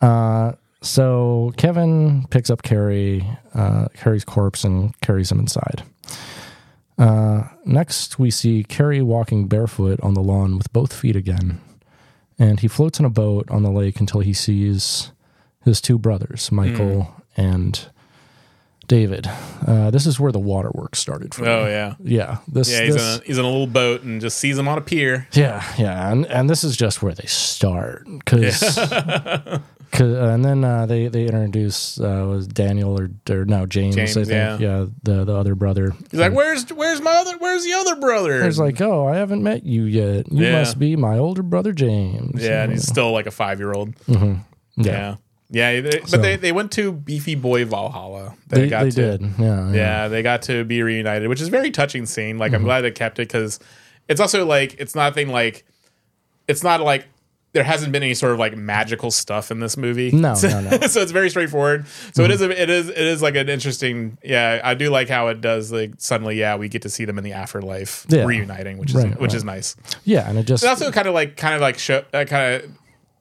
Uh, so Kevin picks up Carrie, uh, Carrie's corpse, and carries him inside. Uh, next, we see Carrie walking barefoot on the lawn with both feet again. And he floats in a boat on the lake until he sees his two brothers, Michael Hmm. and David. Uh, this is where the waterworks started for Oh me. yeah. Yeah. This, Yeah, he's this, in a, he's in a little boat and just sees him on a pier. yeah, yeah, and and this is just where they start because, and then uh, they they introduce uh, was Daniel or or no James, James, I think, yeah. yeah, the the other brother. He's like, "Where's where's my other where's the other brother?" He's like, oh, I haven't met you yet. You Mm-hmm. Yeah. must be my older brother James. yeah, and he's still like a 5-year-old. Mm-hmm. yeah. Yeah. Yeah, they, but they, they went to Beefy Boy Valhalla. They, They, got they to, did. Yeah, Mm-hmm. yeah. Yeah, they got to be reunited, which is a very touching scene. Like I'm glad they kept it because it's also like it's nothing like it's not like there hasn't been any sort of like magical stuff in this movie. No, so, no, Mm-hmm. no. so it's very straightforward. So it is a, it is it is like an interesting. Yeah, I do like how it does. Like suddenly, yeah, we get to see them in the afterlife Yeah. reuniting, which is Right, which right. is nice. Yeah, and it just It also kind of like kind of like show uh, kind of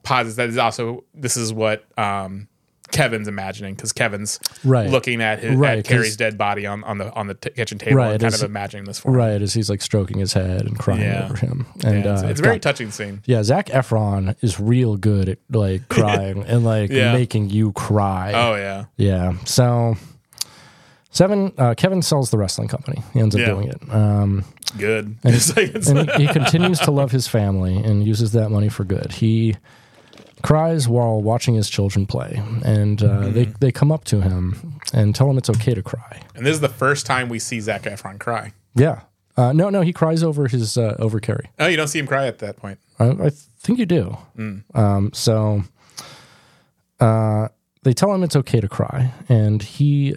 pauses that is also this is what um Kevin's imagining because Kevin's Right. looking at his Right, at 'cause- Carrie's dead body on on the on the t- kitchen table Right, and kind it's- of imagining this for him. right as he's like stroking his head and crying Yeah. over him. And Yeah, it's, uh, it's a very God, touching scene. Yeah, Zach Efron is real good at like crying and like Yeah. making you cry. Oh yeah, Yeah. So seven uh, Kevin sells the wrestling company. He ends up Yeah. doing it. Um, good. It's like it's, and he, he continues to love his family and uses that money for good. He cries while watching his children play, and uh, they they come up to him and tell him it's okay to cry. and this is the first time we see Zach Efron cry. Yeah. Uh, no, no, he cries over his uh, over Carrie. Oh, you don't see him cry at that point. I, I think you do. Mm. Um, so uh, they tell him it's okay to cry, and he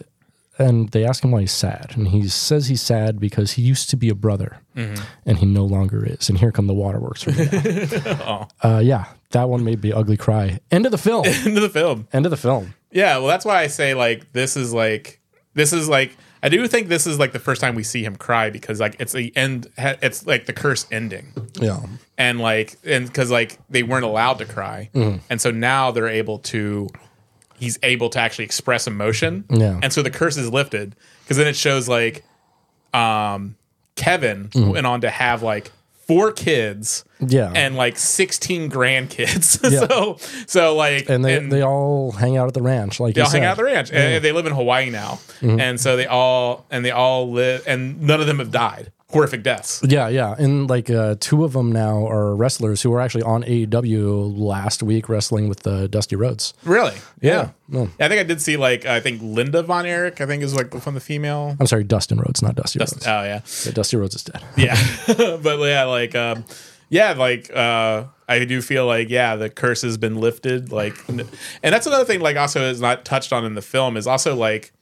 and they ask him why he's sad, and he says he's sad because he used to be a brother, Mm-hmm. and he no longer is. And here come the waterworks. Right Oh. now. uh, yeah, that one made me ugly cry. End of the film. Into the film. End of the film. Yeah, well, that's why I say like this is like this is like I do think this is like the first time we see him cry because like it's the end. ha- It's like the curse ending. Yeah. and like and because like they weren't allowed to cry Mm-hmm. and so now they're able to he's able to actually express emotion Yeah. and so the curse is lifted because then it shows like um kevin went on to have like four kids Mm-hmm. Yeah. and like 16 grandkids Yeah. so so like And they, they all hang out at the ranch, like they you all hang said. out at the ranch and they live in hawaii now Mm-hmm. and so they all and they all live and none of them have died horrific deaths Yeah, yeah, and like uh, two of them now are wrestlers who were actually on AEW last week wrestling with the Dusty Rhodes. Really? Oh. Yeah. I think I did see like I think Linda Von Erich. I think is like from the female. I'm sorry, Dustin Rhodes, not Dusty Rhodes. Oh yeah, Yeah, Dusty Rhodes is dead. yeah. but yeah, like um, yeah, like uh, I do feel like yeah, the curse has been lifted. Like, n- and that's another thing. Like also is not touched on in the film is also like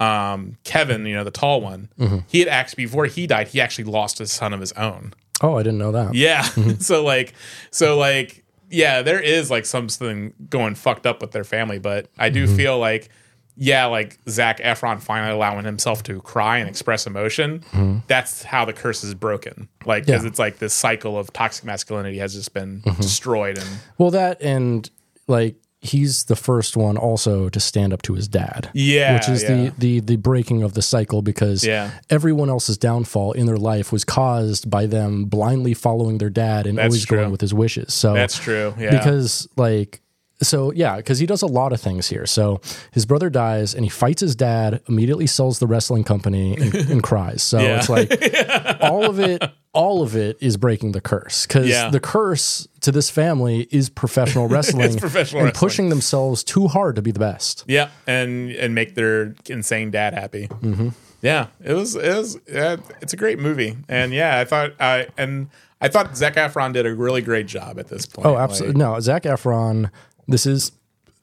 um Kevin, you know, the tall one. He had actually before he died, he actually lost a son of his own. Oh, I didn't know that. Yeah. Mm-hmm. so like so like yeah, there is like something going fucked up with their family, but I do Mm-hmm. feel like yeah, like Zach Efron finally allowing himself to cry and express emotion. That's how the curse is broken. Like, because Mm-hmm. Yeah. Mm-hmm. it's like this cycle of toxic masculinity has just been destroyed. And Well, that and like he's the first one also to stand up to his dad. Yeah, which is yeah. the the the breaking of the cycle because Yeah. everyone else's downfall in their life was caused by them blindly following their dad and always true. going with his wishes. So that's true. Yeah. because like so yeah because he does a lot of things here so his brother dies and he fights his dad immediately sells the wrestling company and, and cries so Yeah. it's like all of it all of it is breaking the curse because Yeah. the curse to this family is professional wrestling professional and wrestling. pushing themselves too hard to be the best yeah. And, and make their insane dad happy. Mm-hmm. Yeah, it was it was uh, it's a great movie, and yeah, I thought I and I thought Zac Efron did a really great job at this point. oh absolutely no zach efron this is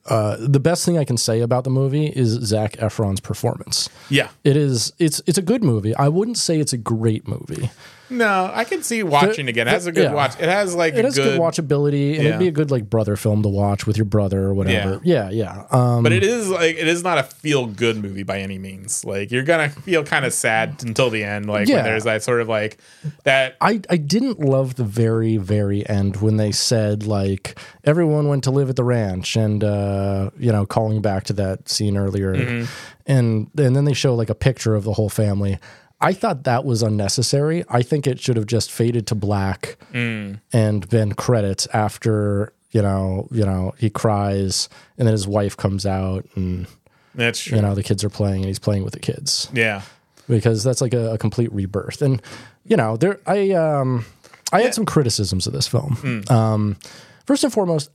uh, the best thing i can say about the movie is zach efron's performance yeah, it is it's it's a good movie i wouldn't say it's a great movie no, I can see watching again. It has a good yeah. watch. It has like it a has good, good, watchability and Yeah. it'd be a good like brother film to watch with your brother or whatever yeah yeah, um but it is like it is not a feel good movie by any means. Like you're gonna feel kind of sad until the end. Like Yeah. when there's that sort of like that. I, I didn't love the very very end when they said like everyone went to live at the ranch and uh you know calling back to that scene earlier Mm-hmm. and and then they show like a picture of the whole family I thought that was unnecessary. I think it should have just faded to black Mm. and been credits after, you know, you know, he cries and then his wife comes out and That's true. you know the kids are playing and he's playing with the kids Yeah. because that's like a, a complete rebirth and you know there i um i had some criticisms of this film um first and foremost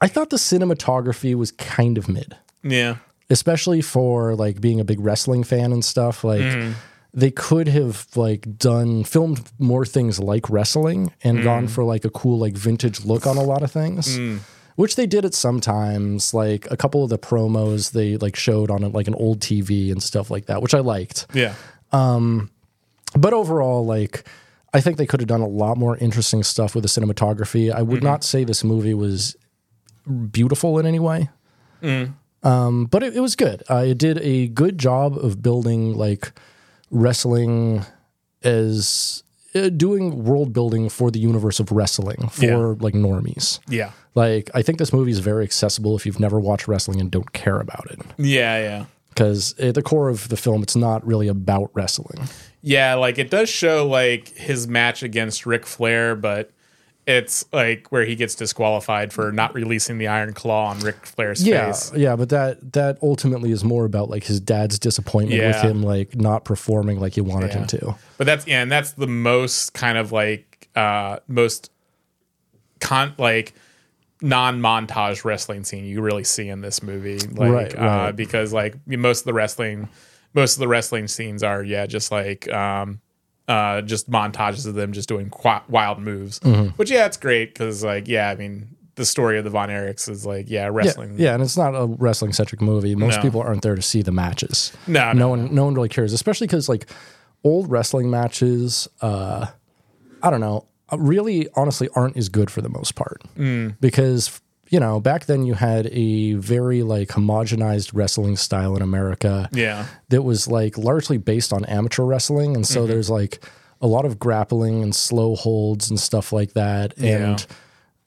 i thought the cinematography was kind of mid Yeah. especially for like being a big wrestling fan and stuff like they could have like done filmed more things like wrestling and gone for like a cool like vintage look on a lot of things which they did it sometimes. Like a couple of the promos they like showed on like an old TV and stuff like that, which I liked. Yeah. But overall, like I think they could have done a lot more interesting stuff with the cinematography. I would not say this movie was beautiful in any way, um, but it, it was good. Uh, it did a good job of building like wrestling as uh, doing world building for the universe of wrestling for Yeah. like normies. Yeah. Like I think this movie is very accessible if you've never watched wrestling and don't care about it. Yeah. Yeah. Because at the core of the film, it's not really about wrestling. Yeah, like it does show like his match against Ric Flair, but it's like where he gets disqualified for not releasing the Iron Claw on Ric Flair's Yeah, face. yeah, but that that ultimately is more about like his dad's disappointment with Yeah. him, like not performing like he wanted him Yeah. to. But that's yeah, and that's the most kind of like uh most con like non-montage wrestling scene you really see in this movie like Right, uh, right. because like most of the wrestling most of the wrestling scenes are yeah just like um uh just montages of them just doing qu- wild moves Mm-hmm. which yeah it's great because like yeah i mean the story of the von erichs is like yeah Yeah, wrestling yeah, and it's not a wrestling centric movie. Most No. people aren't there to see the matches. no No, no, one, no one really cares, especially because like old wrestling matches. Uh, I don't know, uh, really, honestly, aren't as good for the most part Mm. because you know back then you had a very like homogenized wrestling style in America. yeah that was like largely based on amateur wrestling. And Mm-hmm. so there's like a lot of grappling and slow holds and stuff like that. And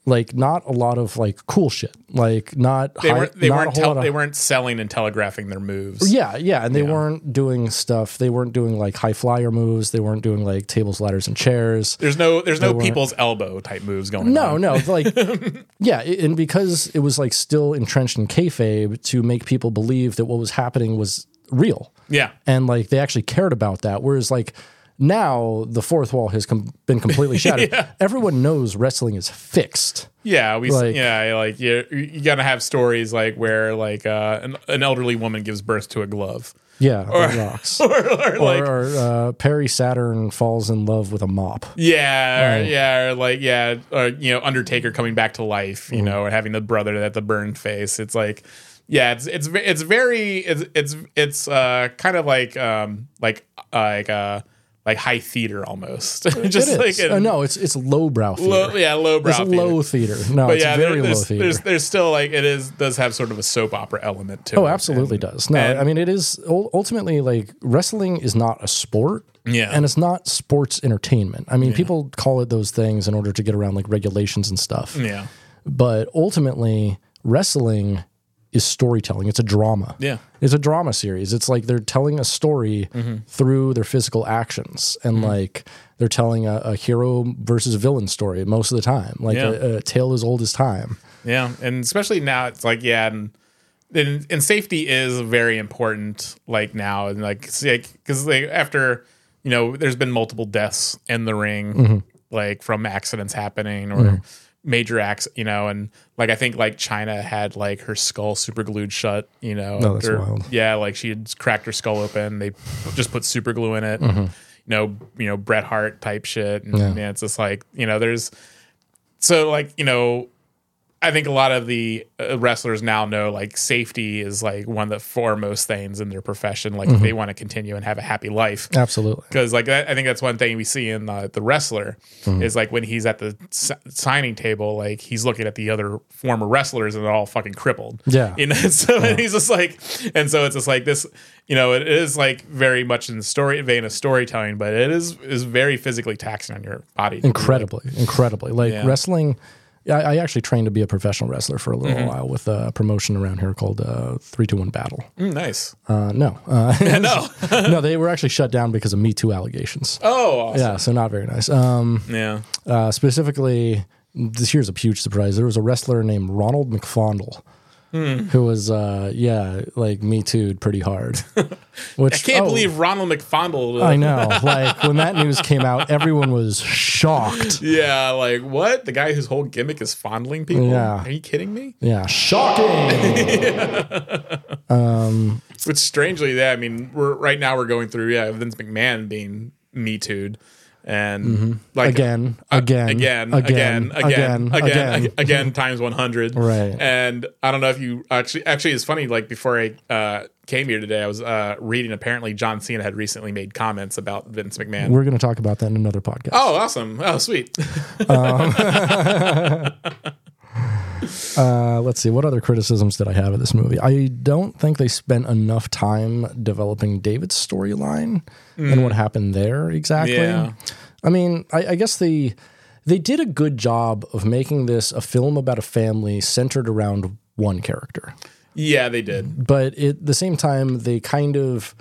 like not a lot of like cool shit. Like not they high- weren't they not a weren't whole tel- lot of- they weren't selling and telegraphing their moves yeah, yeah, and they weren't doing stuff. They weren't doing like high flyer moves. They weren't doing like tables, ladders, and chairs. There's no there's no weren't. people's elbow type moves going No, on. no, like yeah, it- and because it was like still entrenched in kayfabe to make people believe that what was happening was real. Yeah. and like they actually cared about that. Whereas like now the fourth wall has com- been completely shattered. Everyone knows wrestling is fixed. Yeah, we Like- like, yeah, like you you got to have stories like where like uh, an, an elderly woman gives birth to a glove. Yeah, that rocks. Or, or, or, like uh, Perry Saturn falls in love with a mop. yeah, or, yeah, or like yeah, or you know Undertaker coming back to life, Mm-hmm. you know, or having the brother that the burned face. It's like yeah, it's it's ve- it's very it's it's it's uh kind of like um like like uh like high theater almost. Just it like is. a Uh, no, it's it's lowbrow theater. low, yeah, low brow. it's low theater. No, but it's yeah, very there- low there's, theater. There's, there's still like it is does have sort of a soap opera element to it. oh, absolutely does. No, and- I mean it is ul- ultimately like wrestling is not a sport. Yeah. And it's not sports entertainment. I mean, people call it those things in order to get around like regulations and stuff. Yeah, but ultimately wrestling is storytelling it's a drama Yeah. it's a drama series it's like they're telling a story Mm-hmm. through their physical actions and like they're telling a, a hero versus villain story most of the time like Yeah. a, a tale as old as time yeah, and especially now it's like yeah, and and, and safety is very important. Like now, and like because like, 'cause, like after you know, there's been multiple deaths in the ring, Mm-hmm. like from accidents happening or. Major acts, you know, and like I think like China had like her skull super glued shut, you know. No, Oh, that's after- wild. Yeah, like she had cracked her skull open. They just put super glue in it. You know, you know Bret Hart type shit. And Mm-hmm. Yeah. yeah, it's just like you know, there's so like you know, I think a lot of the uh, wrestlers now know like safety is like one of the foremost things in their profession. Like Mm-hmm. if they want to continue and have a happy life. absolutely Because like that, I think that's one thing we see in the, the wrestler Mm-hmm. is like when he's at the s- signing table, like he's looking at the other former wrestlers and they're all fucking crippled. Yeah. you know. So and he's just like, and so it's just like this, you know, it is like very much in the story vein of storytelling, but it is is very physically taxing on your body. to do it. incredibly incredibly like Yeah. wrestling I, I actually trained to be a professional wrestler for a little Mm-hmm. while with a promotion around here called uh, 321 Battle. Mm, nice. Uh, no. Uh, no. no, they were actually shut down because of Me Too allegations. Oh, awesome. Yeah, so not very nice. Um, yeah. Uh, specifically, this here's a huge surprise. There was a wrestler named Ronald McFondle Hmm. who was, uh, yeah, like me too pretty hard. Which I can't oh, believe Ronald McFondle. I know. Like when that news came out, everyone was shocked. Yeah, like what? The guy whose whole gimmick is fondling people? Yeah. Are you kidding me? Yeah, shocking. Which strangely, that I mean, we're right now we're going through yeah Vince McMahon being me too'd, and like Mm-hmm. uh, Again, again, again, again, again, again, again, ag- again, times 100. Right. And I don't know if you actually, actually, it's funny. Like before I uh, came here today, I was uh, reading. Apparently, John Cena had recently made comments about Vince McMahon. We're going to talk about that in another podcast. oh, awesome! Oh, sweet. Uh, let's see. What other criticisms did I have of this movie? I don't think they spent enough time developing David's storyline and what happened there exactly. Yeah. I mean, I, I guess they they did a good job of making this a film about a family centered around one character, yeah, they did. but at the same time, they kind of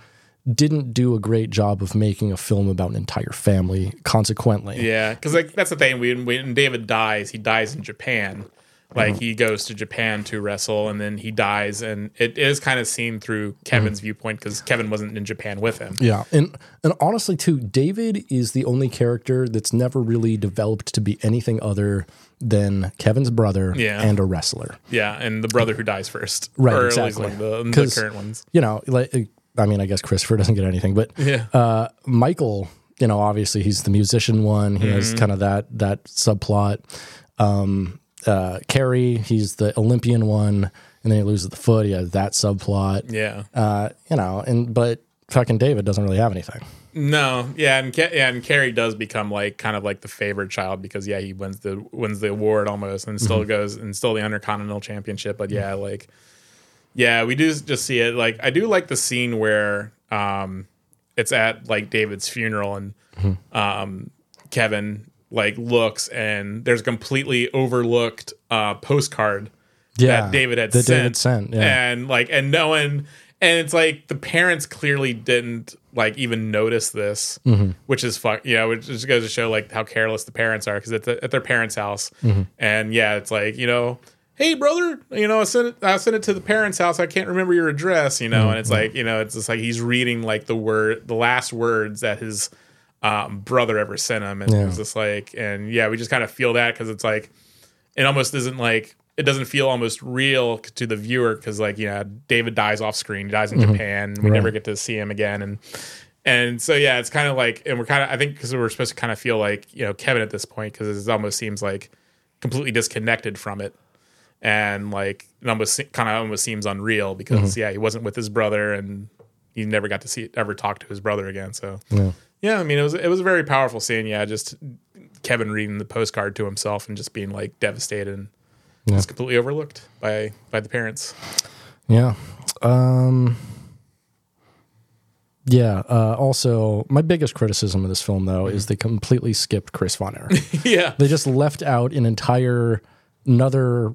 didn't do a great job of making a film about an entire family. Consequently, Yeah, because like that's the thing. When when David dies, he dies in Japan. Like he goes to Japan to wrestle, and then he dies, and it is kind of seen through Mm-hmm. Kevin's viewpoint because Kevin wasn't in Japan with him. Yeah, and and honestly too, David is the only character that's never really developed to be anything other than Kevin's brother Yeah. and a wrestler. Yeah, and the brother who dies first, Right, Or exactly. at least one of the, the 'Cause- current ones. You know, like I mean, I guess Christopher doesn't get anything, but Yeah. uh, Michael, you know, obviously he's the musician one. He has Mm-hmm. kind of that that subplot. Um, uh, Carrie, he's the Olympian one, and then he loses the foot. He has that subplot. yeah. Uh, you know, and but fucking David doesn't really have anything. No. Yeah, and Ca- yeah, and Carrie does become like kind of like the favorite child because yeah, he wins the wins the award almost, and still goes and still the Intercontinental Championship. But yeah, like yeah, we do just see it. Like I do like the scene where um it's at like David's funeral and um Kevin like looks and there's a completely overlooked uh postcard that David had that sent, David sent. Yeah. and like and no one and it's like the parents clearly didn't like even notice this, Mm-hmm. which is fuck yeah, which just goes to show like how careless the parents are because it's at, at their parents' house, Mm-hmm. and yeah, it's like you know. Hey brother, you know I sent it. I sent it to the parents' house. I can't remember your address, you know. Mm-hmm. And it's like, you know, it's just like he's reading like the word, the last words that his um, brother ever sent him, and it was just like, and yeah, we just kind of feel that because it's like, it almost isn't like it doesn't feel almost real to the viewer because like you know David dies off screen, he dies in Japan, we never get to see him again, and and so yeah, it's kind of like and we're kind of I think because we're supposed to kind of feel like you know Kevin at this point because it almost seems like completely disconnected from it and like it almost kind of almost seems unreal because yeah he wasn't with his brother and he never got to see ever talk to his brother again so yeah, I mean it was it was a very powerful scene yeah just Kevin reading the postcard to himself and just being like devastated and just completely overlooked by by the parents Yeah. Um, yeah. Uh, also, my biggest criticism of this film, though, is they completely skipped Chris Von Erich. yeah they just left out an entire another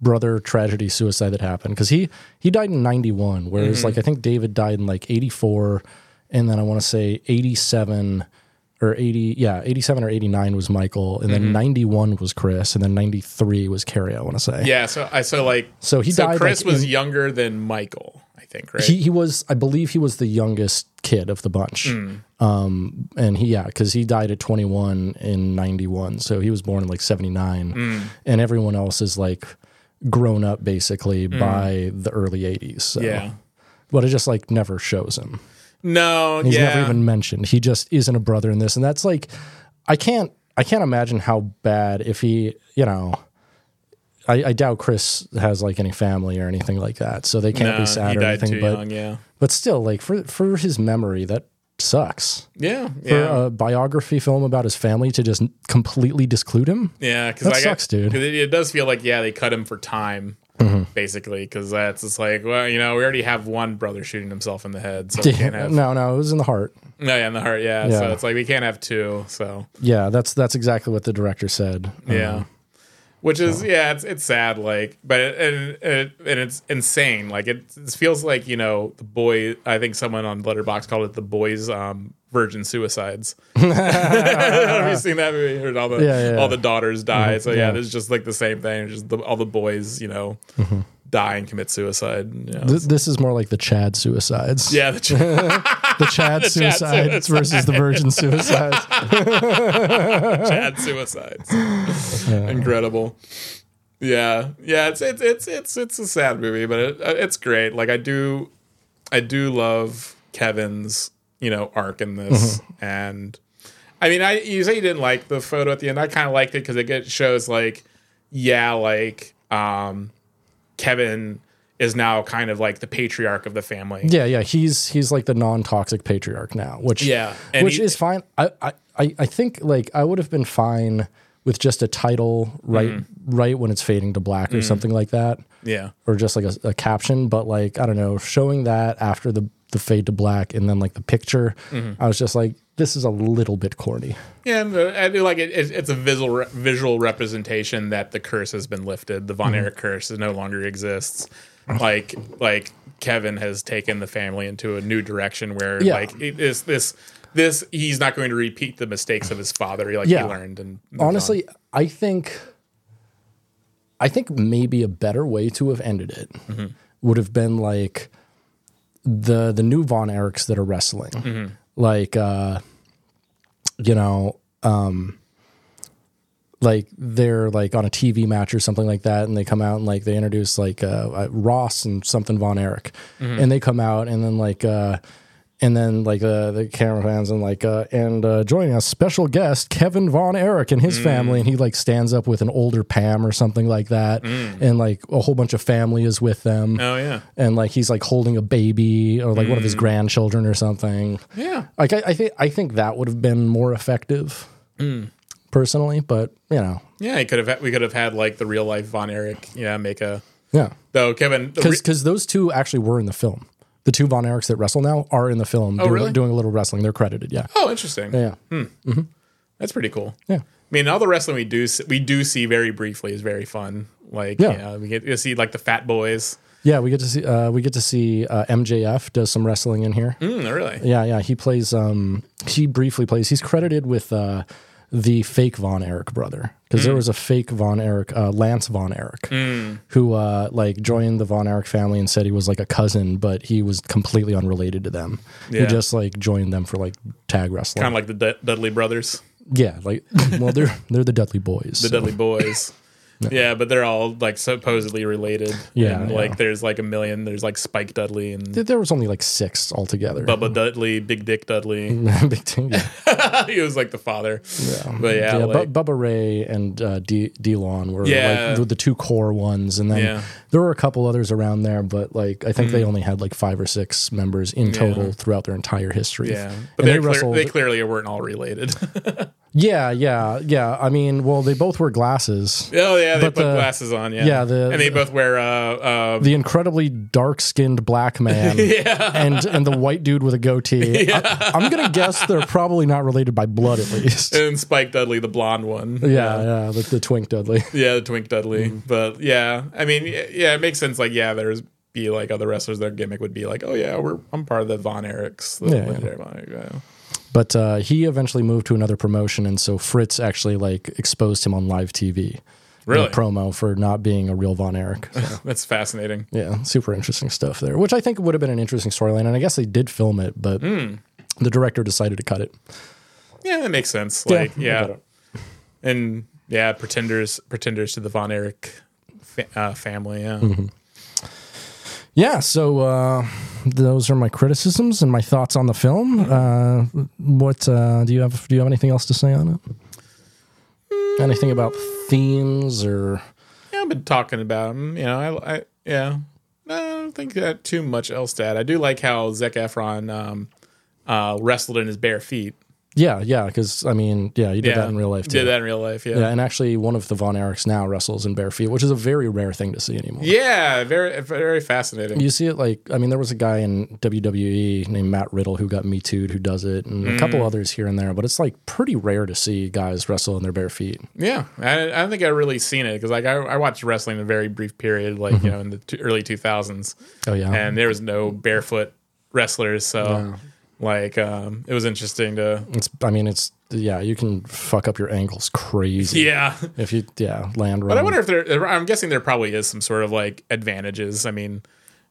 brother tragedy suicide that happened because he he died in 91 whereas like i think david died in like 84 and then i want to say 87 or 80 yeah 87 or 89 was michael and then 91 was chris and then 93 was carrie i want to say yeah so I so like So he died, Chris like, was in- younger than Michael I think right he, he was i believe he was the youngest kid of the bunch Hmm. um and he yeah because he died at 21 in 91 so he was born in like 79 Hmm. and everyone else is like grown up basically by the early 80s so. Hmm. yeah but it just like never shows him no he's yeah never even mentioned he just isn't a brother in this and that's like i can't i can't imagine how bad if he you know I, I doubt Chris has like any family or anything like that, so they can't no, be sad he or died anything. too but young yeah but still like for for his memory that sucks yeah yeah for a biography film about his family to just completely disclude him Yeah, because That sucks, dude. Mm-hmm. It, it does feel like yeah, they cut him for time, basically, because that's it's like well, you know, we already have one brother shooting himself in the head, so we can't have no, no no it was in the heart yeah, in the heart, yeah, So Yeah. it's like we can't have two, so yeah that's that's exactly what the director said yeah. Which is yeah, it's it's sad, like, but it, and it, and it's insane, like it, it feels like you know the boy. I think someone on Letterbox called it the boys' um, virgin suicides. Have you seen that movie? Heard all the Yeah, yeah, all yeah. the daughters die. So yeah, yeah. there's just like the same thing. Just the, all the boys, you know, die and commit suicide. You know. Th- Mm-hmm. this is more like the chad suicides yeah, the ch- the chad suicides versus the virgin suicides Chad suicides. Incredible. Yeah, yeah. It's it's it's it's it's a sad movie, but it, uh, it's great. Like I do, I do love Kevin's you know arc in this, and I mean, I you say you didn't like the photo at the end. I kind of liked it because it get, shows like, yeah, like um, Kevin is now kind of like the patriarch of the family. Yeah, yeah, he's he's like the non-toxic patriarch now, which Yeah, and which he- is fine. I, I- I I think like I would have been fine with just a title right right when it's fading to black or something like that, Mm-hmm. Yeah, or just like a, a caption. But like I don't know, showing that after the the fade to black and then like the picture, I was just like, this is a little bit corny. yeah. And uh, I do like it, it, it's a visual re- visual representation that the curse has been lifted. The Mm-hmm. von Erich curse no longer exists. Like like Kevin has taken the family into a new direction where Yeah. like it is this this he's not going to repeat the mistakes of his father. Like Yeah. he learned and moved on. Honestly, I think I think maybe a better way to have ended it would have been like the the new Von Erichs that are wrestling. Like uh you know, um like they're like on a TV match or something like that, and they come out and like they introduce like uh, uh, Ross and something Von Erich, Mm-hmm. and they come out and then like uh, and then like uh, the camera fans and like uh, and uh, joining us special guest Kevin Von Erich and his Mm. family, and he like stands up with an older Pam or something like that, and like a whole bunch of family is with them, Mm. oh yeah, Mm. and like he's like holding a baby or like one of his grandchildren or something. yeah. Like I, I think I think that would have been more effective, personally. But you know, Yeah, he could have. Had, we could have had like the real life Von Erich. Yeah, make a yeah, though Kevin. the re- because those two actually were in the film. The two Von Erichs that wrestle now are in the film. Oh, doing, really? doing a little wrestling. They're credited. Yeah, oh, interesting. yeah, That's pretty cool. yeah. I mean, all the wrestling we do s- we do see very briefly is very fun. Like Yeah. yeah, we get to see like the Fat Boys. Yeah, we get to see uh, we get to see uh, MJF does some wrestling in here. Mm, really? Yeah, yeah, he plays. Um, he briefly plays. He's credited with uh, the fake Von Erich brother because Mm. there was a fake Von Erich, uh, Lance Von Erich, who uh, like joined the Von Erich family and said he was like a cousin, but he was completely unrelated to them. He Yeah. just like joined them for like tag wrestling. Kind of like the Dud Dudley Brothers, yeah, like well, they're they're the Dudley boys. the Dudley Boys. Yeah, but they're all like supposedly related. Yeah, and, yeah. like there's like a million. There's like Spike Dudley and There- there was only like six altogether. Bubba Dudley, Big Dick Dudley. Big team, yeah. he was like the father. But yeah, Mm-hmm. yeah, like, Bu- Bubba Ray and uh, D- DeLon were Yeah. like the, the two core ones, and then Yeah. Mm. there were a couple others around there, but like I think they only had like five or six members in total throughout their entire history. yeah. but But they they're clear- wrestled. they clearly weren't all related. yeah, yeah, yeah. I mean, well, they both wear glasses. Oh yeah, they But put the- glasses on. Yeah, yeah, the- and they both wear. Uh, uh, The incredibly dark-skinned black man and and the white dude with a goatee. I, I'm gonna guess they're probably not related by blood, at least. Yeah, and Spike Dudley, the blonde one. yeah, the, the twink Dudley. yeah, the Twink Dudley. Mm-hmm. But yeah, I mean, y- yeah, it makes sense. Like, yeah, there's be like other wrestlers. Their gimmick would be like, oh yeah, we're I'm part of the Von Erichs. The yeah. legendary Von Erich, yeah. But uh, he eventually moved to another promotion, and so Fritz actually like exposed him on live TV. Really? in a promo for not being a real Von Erich. So, That's fascinating. yeah, super interesting stuff there, which I think would have been an interesting storyline. And I guess they did film it, but Hmm. the director decided to cut it. Yeah, that makes sense. Yeah, Like, I yeah, got it. and yeah, pretenders, pretenders to the Von Erich fa- uh, family. Yeah, Mm-hmm. Yeah, so uh, those are my criticisms and my thoughts on the film. Hmm. Uh, what uh, do you have? Do you have anything else to say on it? Anything about themes or? yeah, I've been talking about him. You know, I, I yeah, I don't think that too much else to add. I do like how Zek Efron um, uh, wrestled in his bare feet. Yeah, yeah, because I mean, yeah, you did Yeah, that in real life too. Did that in real life? Yeah. Yeah, yeah. and actually, one of the Von Erichs now wrestles in bare feet, which is a very rare thing to see anymore. very, very fascinating. You see it like, I mean, there was a guy in WWE named Matt Riddle who got Me Too'd who does it, and Mm. a couple others here and there, but it's like pretty rare to see guys wrestle in their bare feet. Yeah, I, I don't think I really seen it because like I, I watched wrestling in a very brief period, like you know in the t- early two thousands, Oh, yeah. and there was no barefoot wrestlers, so like um, it was interesting to it's, I mean, it's, yeah, you can fuck up your ankles crazy. yeah. If you, yeah, land wrong. But I wonder if there. I'm guessing there probably is some sort of like advantages. I mean,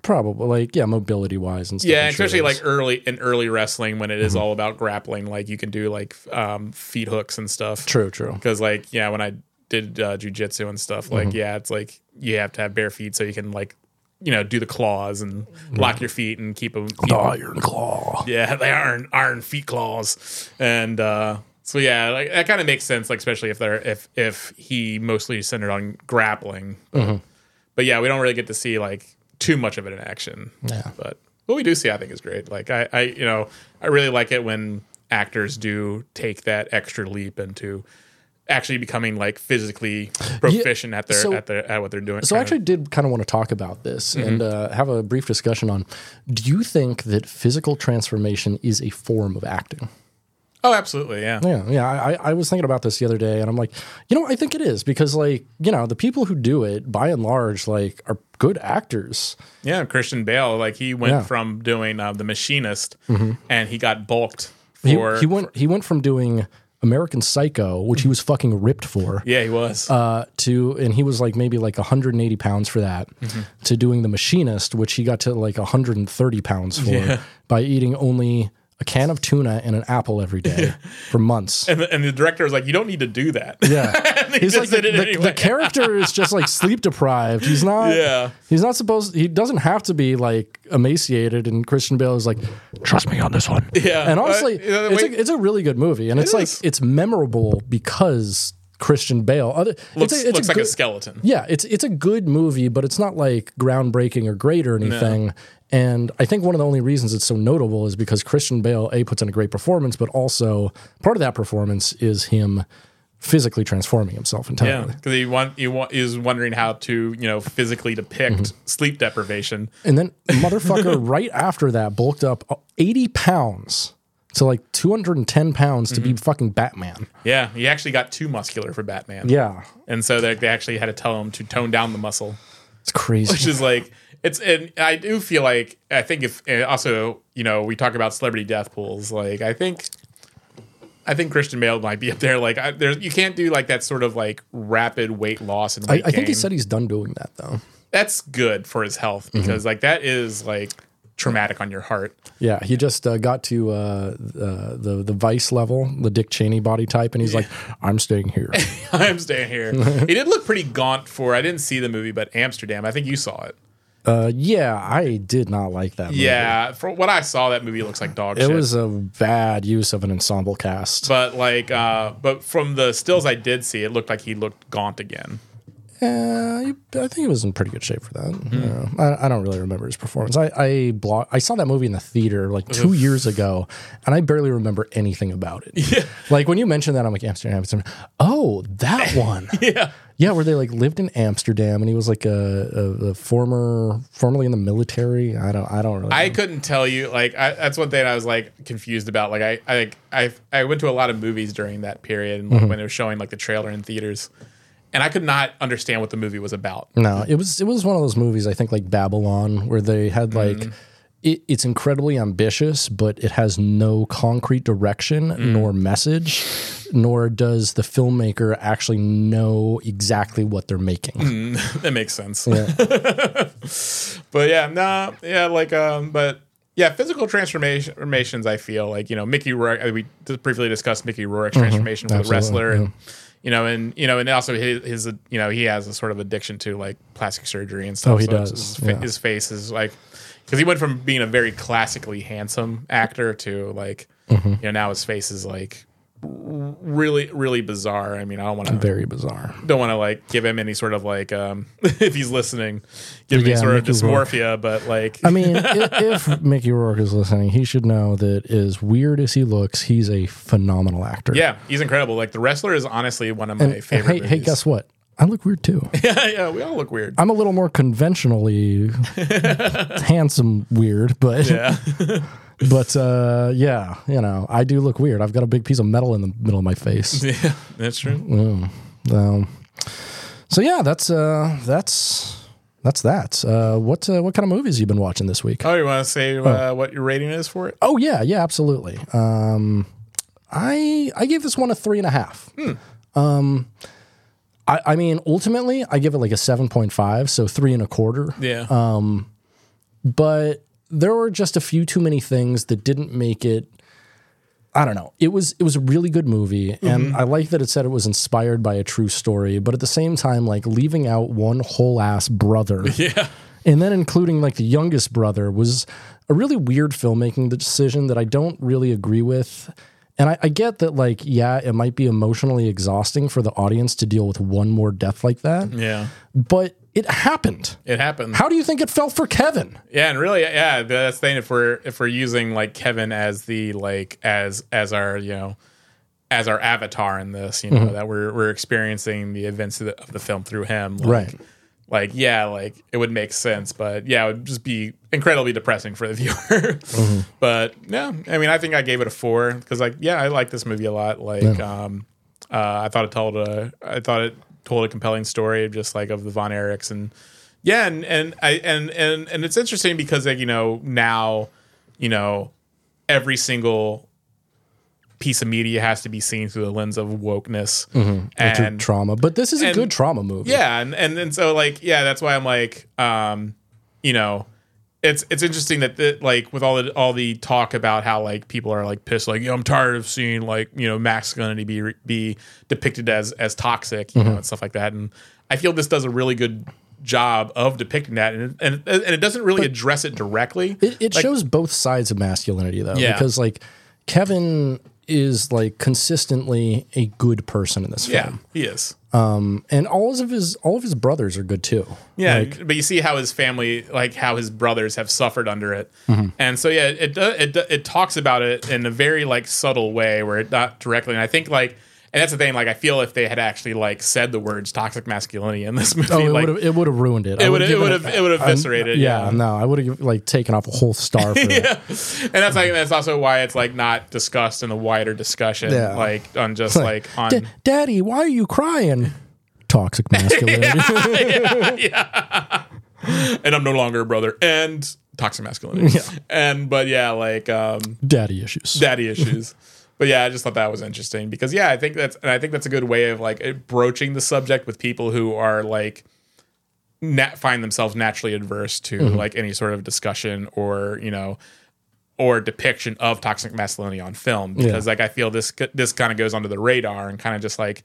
Probably, like, yeah, mobility wise and stuff. yeah, I'm sure especially there's- like early in early wrestling when it is all about grappling, like you can do like f- um, feet hooks and stuff. True, true. because like yeah when i did uh, jujitsu and stuff like yeah it's like you have to have bare feet so you can like you know do the claws and lock your feet and keep them Iron Claw. yeah they aren't iron feet claws and uh So yeah, like that kind of makes sense, like especially if they're if if he mostly centered on grappling. Mm-hmm. But yeah, we don't really get to see like too much of it in action. Yeah. But what we do see, I think, is great. Like I, I you know, I really like it when actors do take that extra leap into actually becoming like physically proficient at their so- at their at what they're doing. So I kind of. Mm-hmm. actually did kind of want to talk about this and uh, have a brief discussion on do you think that physical transformation is a form of acting? Oh, absolutely, yeah. Yeah, yeah. I, I- I was thinking about this the other day, and I'm like, you know, I think it is because, like, you know, the people who do it, by and large, like, are good actors. Yeah, Christian Bale, like he went Yeah. Mm-hmm. from doing uh, the Machinist, and he got bulked He, for. Mm-hmm. he went he went from doing American Psycho, which he was fucking ripped for, yeah, he was. uh, to and he was like maybe like 180 pounds for that, Mm-hmm. to doing the Machinist, which he got to like 130 pounds for by eating only a can of tuna and an apple every day for months. and, the, and the director was like, "You don't need to do that." Yeah. And he He's like just the, did it the- anyway. the character is just like sleep deprived. He's not. Yeah. He's not supposed. He doesn't have to be like emaciated. And Christian Bale is like, trust me on this one. Yeah. And honestly, Uh, you know, it's, wait. a, it's a really good movie, and it's like is. it's memorable because Christian Bale. Other looks it's a, it's looks a like a good, skeleton. yeah, it's it's a good movie, but it's not like groundbreaking or great or anything. And I think one of the only reasons it's so notable is because Christian Bale a puts in a great performance, but also part of that performance is him physically transforming himself Yeah, entirely. because he want he wa- is wondering how to you know physically depict Mm-hmm. sleep deprivation. And then motherfucker right after that bulked up 80 pounds to like 210 pounds to be Mm-hmm. fucking Batman. Yeah, he actually got too muscular for Batman. Yeah. and so they, they actually had to tell him to tone down the muscle, It's crazy. which is like it's. And I do feel like I think if and also you know we talk about celebrity death pools, like I think. I think Christian Bale might be up there. Like, I, there's you can't do like that sort of like rapid weight loss and I, weight I think he gain. said Mm-hmm. he's done doing that though. that's good for his health because like that is like traumatic on your heart. Yeah, he just uh, got to uh, uh, the the vice level, the Dick Cheney body type, and he's like, "I'm staying here." I'm staying here. he did look pretty gaunt for. I didn't see the movie, but Amsterdam. I think you saw it. uh, yeah, I did not like that. Movie. Yeah, for what I saw, that movie looks like dog Mm-hmm. it shit. was a bad use of an ensemble cast. but like, uh, but from the stills I did see, it looked like he looked gaunt again. Uh, you- I think he was in pretty good shape for that. Yeah. I, I don't really remember his performance. I I, blo- I saw that movie in the theater like two years ago, and I barely remember anything about it. Like when you mentioned that, I'm like Amsterdam. Amsterdam. Oh, that one. Yeah, Yeah, where they like lived in Amsterdam, and he was like a, a, a former, formerly in the military. I don't, I don't really. I couldn't tell you. Like, I, that's one thing I was like confused about. Like, I, I, like, I, I went to a lot of movies during that period and, like, when they were showing like the trailer in theaters, and I could not understand what the movie was about. no, it was it was one of those movies. I think like Babylon, where they had Mm-hmm. like. It, it's incredibly ambitious, but it has no concrete direction Mm. nor message, nor does the filmmaker actually know exactly what they're making. Mm. that makes sense. but yeah, nah, yeah, like, um, but yeah, physical transformation- transformations. I feel like you know Mickey Rourke. We just briefly discussed Mickey Rourke's transformation with a Mm-hmm. Absolutely, wrestler, and you know, and you know, and also his, his, you know, he has a sort of addiction to like plastic surgery and stuff. Oh, he it's- does, His, fa- yeah. his face is like because he went from being a very classically handsome actor to like Mm-hmm. you know now his face is like r- really really bizarre i mean i don't want to Very bizarre. don't want to like give him any sort of like um if he's listening give him Yeah, any sort of Mickey Rourke. dysmorphia but like I mean, i- if Mickey Rourke is listening, he should know that as weird as he looks, he's a phenomenal actor. yeah he's incredible like the wrestler is honestly one of my And favorite hey, movies. hey, guess what? I look weird too. yeah yeah we all look weird I'm a little more conventionally handsome weird, but yeah but uh, yeah, you know, I do look weird. I've got a big piece of metal in the middle of my face. yeah that's true Um, so yeah, that's uh, that's that's that. Uh, what uh, what kind of movies you been watching this week? oh you want to say uh, what your rating is for it Oh yeah, yeah, absolutely. Um, I I gave this one a three and a half. Hmm. Um, I, I mean, ultimately, I give it like a seven point five, so three and a quarter. yeah um, But there were just a few too many things that didn't make it. I don't know. It was it was a really good movie, and I like that it said it was inspired by a true story. But at the same time, like leaving out one whole ass brother yeah and then including like the youngest brother was a really weird filmmaking decision that I don't really agree with. And I, I get that, like, yeah, it might be emotionally exhausting for the audience to deal with one more death like that, Yeah, but it happened. it happened. How do you think it felt for Kevin? Yeah, and really, yeah, that's the thing. If we're if we're using like Kevin as the like as as our you know as our avatar in this, you know Mm-hmm. that we're we're experiencing the events of the, of the film through him, like, Right. Like yeah, like it would make sense, but yeah, it would just be incredibly depressing for the viewer. But yeah, I mean, I think I gave it a four because like yeah, I like this movie a lot. Like um, uh, I thought it told a I thought it told a compelling story, just like of the Von Erichs and yeah, and and I and and and it's interesting because like you know now, you know, every single piece of media has to be seen through the lens of wokeness Through and trauma, but this is a and- good trauma movie. yeah, and and and so like yeah, that's why I'm like um, you know. It's, it's interesting that the, like with all the all the talk about how like people are like pissed like you know, I'm tired of seeing like you know masculinity be re- be depicted as as toxic you know Mm-hmm. and stuff like that and I feel this does a really good job of depicting that and it- and, it- and it doesn't really address it directly It, it Like, shows both sides of masculinity, though, Yeah. because like Kevin is like consistently a good person in this yeah film, he is and all of his all of his brothers are good too. Yeah, but you see how his family, like how his brothers have suffered under it, Mm-hmm. and so yeah, it do- it do- it talks about it in a very like subtle way, where it not directly. And I think like, and that's the thing. Like, I feel if they had actually like said the words toxic masculinity in this movie, Oh, it like would have it would have ruined it. I it would would've it given would have it would have eviscerated. yeah, no, I would have like taken off a whole star for that. yeah. and that's like that's also why it's like not discussed in the wider discussion, Yeah. like on just like on "Da- Daddy, why are you crying? Toxic masculinity. and I'm no longer a brother and toxic masculinity, and but yeah, like um. Daddy issues. daddy issues. but yeah, I just thought that was interesting because yeah, I think that's and I think that's a good way of like it- broaching the subject with people who are like nat- find themselves naturally adverse to like any sort of discussion or you know or depiction of toxic masculinity on film because like I feel this this kind of goes under the radar and kind of just like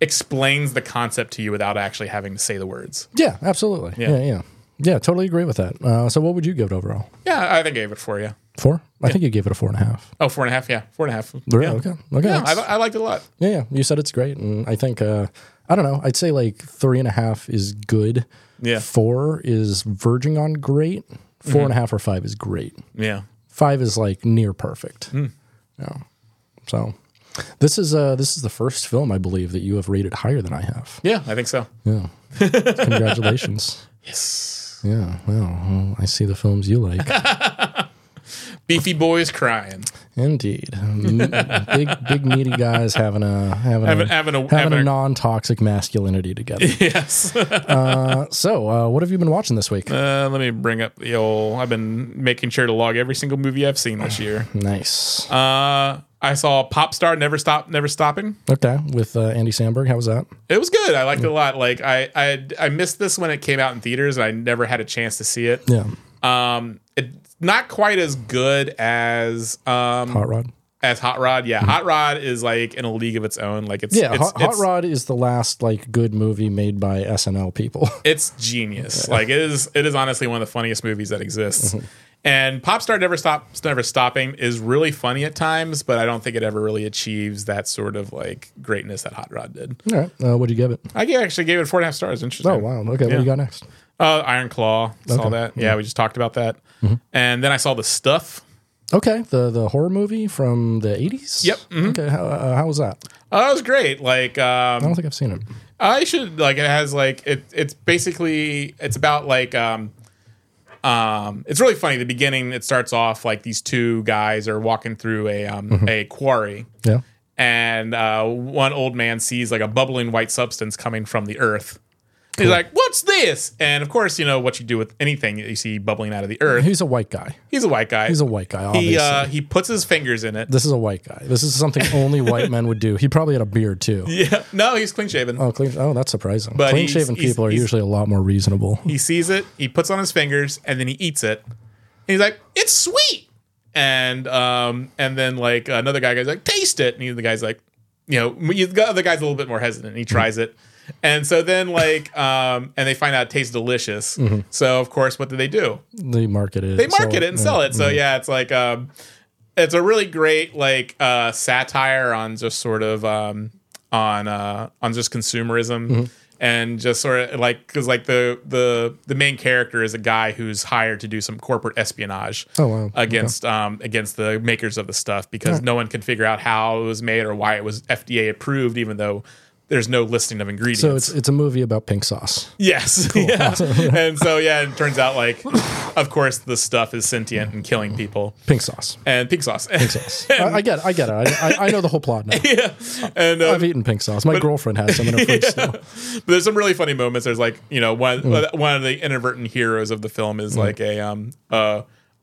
explains the concept to you without actually having to say the words. yeah, absolutely. Yeah. Yeah. yeah, yeah. totally agree with that. Uh, so what would you give it overall? Yeah, I think I gave it for you. Four? I think you gave it a four and a half. Oh, four and a half. Yeah, four and a half. Really? Yeah. Okay. Okay. Yeah, uh, I, that's- I liked it a lot. yeah, yeah. You said it's great. And I think, uh, I don't know, I'd say like three and a half is good. Yeah. Mm-hmm. Four is verging on great. Four and a half or five is great. Yeah. Five is like near perfect. Hmm. Yeah. So this is uh this is the first film I believe that you have rated higher than I have. Yeah, I think so. Yeah. Congratulations. Yes. Yeah. Well, well, I see the films you like. Beefy boys crying. Indeed. M- big, big, meaty guys having a having, Having- a, having a- having a a- non-toxic masculinity together. Yes. uh, so, uh, what have you been watching this week? let me bring up the old. I've been making sure to log every single movie I've seen this year. nice. Uh, I saw Pop Star Never Stop Never Stopping. okay, with uh, Andy Samberg. How was that? It was good. I liked Mm. it a lot. Like I, I I missed this when it came out in theaters, and I never had a chance to see it. Yeah. Um, it's not quite as good as um Hot Rod. as Hot Rod. Yeah, Hot Rod is like in a league of its own. Like it's Mm. Yeah, it's, Hot, Hot it's- Rod is the last like good movie made by SNL people. it's genius. Like it is it is honestly one of the funniest movies that exists. Mm-hmm. And Popstar Never Stops Never Stopping is really funny at times, but I don't think it ever really achieves that sort of like greatness that Hot Rod did. All right, uh, what'd you give it? I g- actually gave it four and a half stars. Interesting. Oh wow. Mm-hmm. Okay, what do Yeah. you got next? Uh, Iron Claw. Saw that. Yeah, we just talked about that. Mm-hmm. And then I saw the stuff. Okay, the the horror movie from the eighties. Yep, mm-hmm. Okay, how, uh, how was that? Oh, it was great. Like um, I don't think I've seen it. I should like it has like it it's basically it's about like um um it's really funny the beginning it starts off like these two guys are walking through a um Mm-hmm. a quarry Yeah. and uh one old man sees like a bubbling white substance coming from the earth he's like what's this and of course you know what you do with anything that you see bubbling out of the earth He's a white guy. he's a white guy He's a white guy. Obviously. he uh he puts his fingers in it this is a white guy. This is something only white men would do. He probably had a beard too. yeah no he's clean shaven Oh, clean. Oh, that's surprising. But Clean he's- shaven he's- people are he's- usually a lot more reasonable. He sees it, he puts on his fingers, and then he eats it. And he's like, "It's sweet." And um, and then like another guy goes like, "Taste it." And he, the guy's like, you know, you- the other guy's a little bit more hesitant. And he tries it, and so then like um, and they find out it tastes delicious. So of course, what do they do? They market it. Mm. They market it and sell it. So yeah, it's like um. it's a really great like uh, satire on just sort of um, on uh, on just consumerism Mm-hmm. and just sort of like because like the the the main character is a guy who's hired to do some corporate espionage Oh, wow. against um, against the makers of the stuff because no one can figure out how it was made or why it was FDA approved even though there's no listing of ingredients. So it's it's a movie about pink sauce. Yes. Yeah. and so yeah, it turns out like of course the stuff is sentient and killing people. Pink sauce. And pink sauce. Sauce. I, I get it. I get it. I, I, I know the whole plot now. yeah. And uh, I've eaten pink sauce. My girlfriend has some in her fridge still. but there's some really funny moments. There's like, you know, one Hmm. one of the inadvertent heroes of the film is like a um uh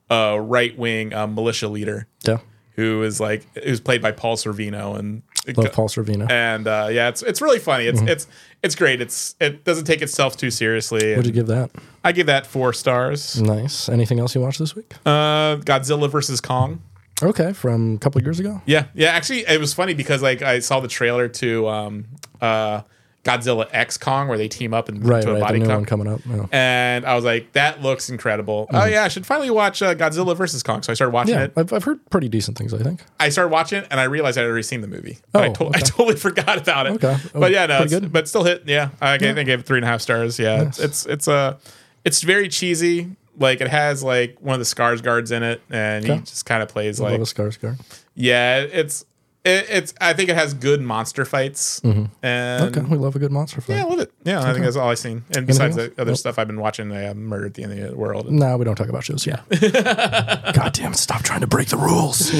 a right wing um, militia leader Yeah. who is like who's played by Paul Sorvino and Love Paul Hmm. Sorvino. and uh, yeah, it's it's really funny. It's it's it's great. It's it doesn't take itself too seriously. What'd you give that? I give that four stars. Nice. Anything else you watched this week? Uh, Godzilla versus Kong. Okay, from a couple years ago. Yeah, yeah. Actually, it was funny because like I saw the trailer to um, uh, Godzilla X Kong where they team up and Right, to a right. The body new count, one coming up. Yeah. and I was like, that looks incredible. Oh yeah, I should finally watch uh, Godzilla versus Kong. So I started watching Mm-hmm. Yeah, it. I've, I've heard pretty decent things. I think. I started watching it, and I realized I'd already seen the movie. But I, Oh, to- I okay. totally forgot about it. Okay. Oh, but yeah, no, pretty it's- good. but still hit. Yeah, I, think I gave it three and a half stars. Yeah, it's it's it's uh, it's very cheesy. Like it has like one of the Scars guards in it, and he Okay. just kind of plays Like, like Love Scar Scar. Yeah, it's it, it's. I think it has good monster fights, and Mm-hmm. Okay, we love a good monster fight. yeah, I love it. Yeah, I think that's all I've seen. And besides the else? other Nope. Mm. stuff I've been watching, I uh, Murder at the End of the World. No, we don't talk about shows. Yeah. God damn it. Stop trying to break the rules.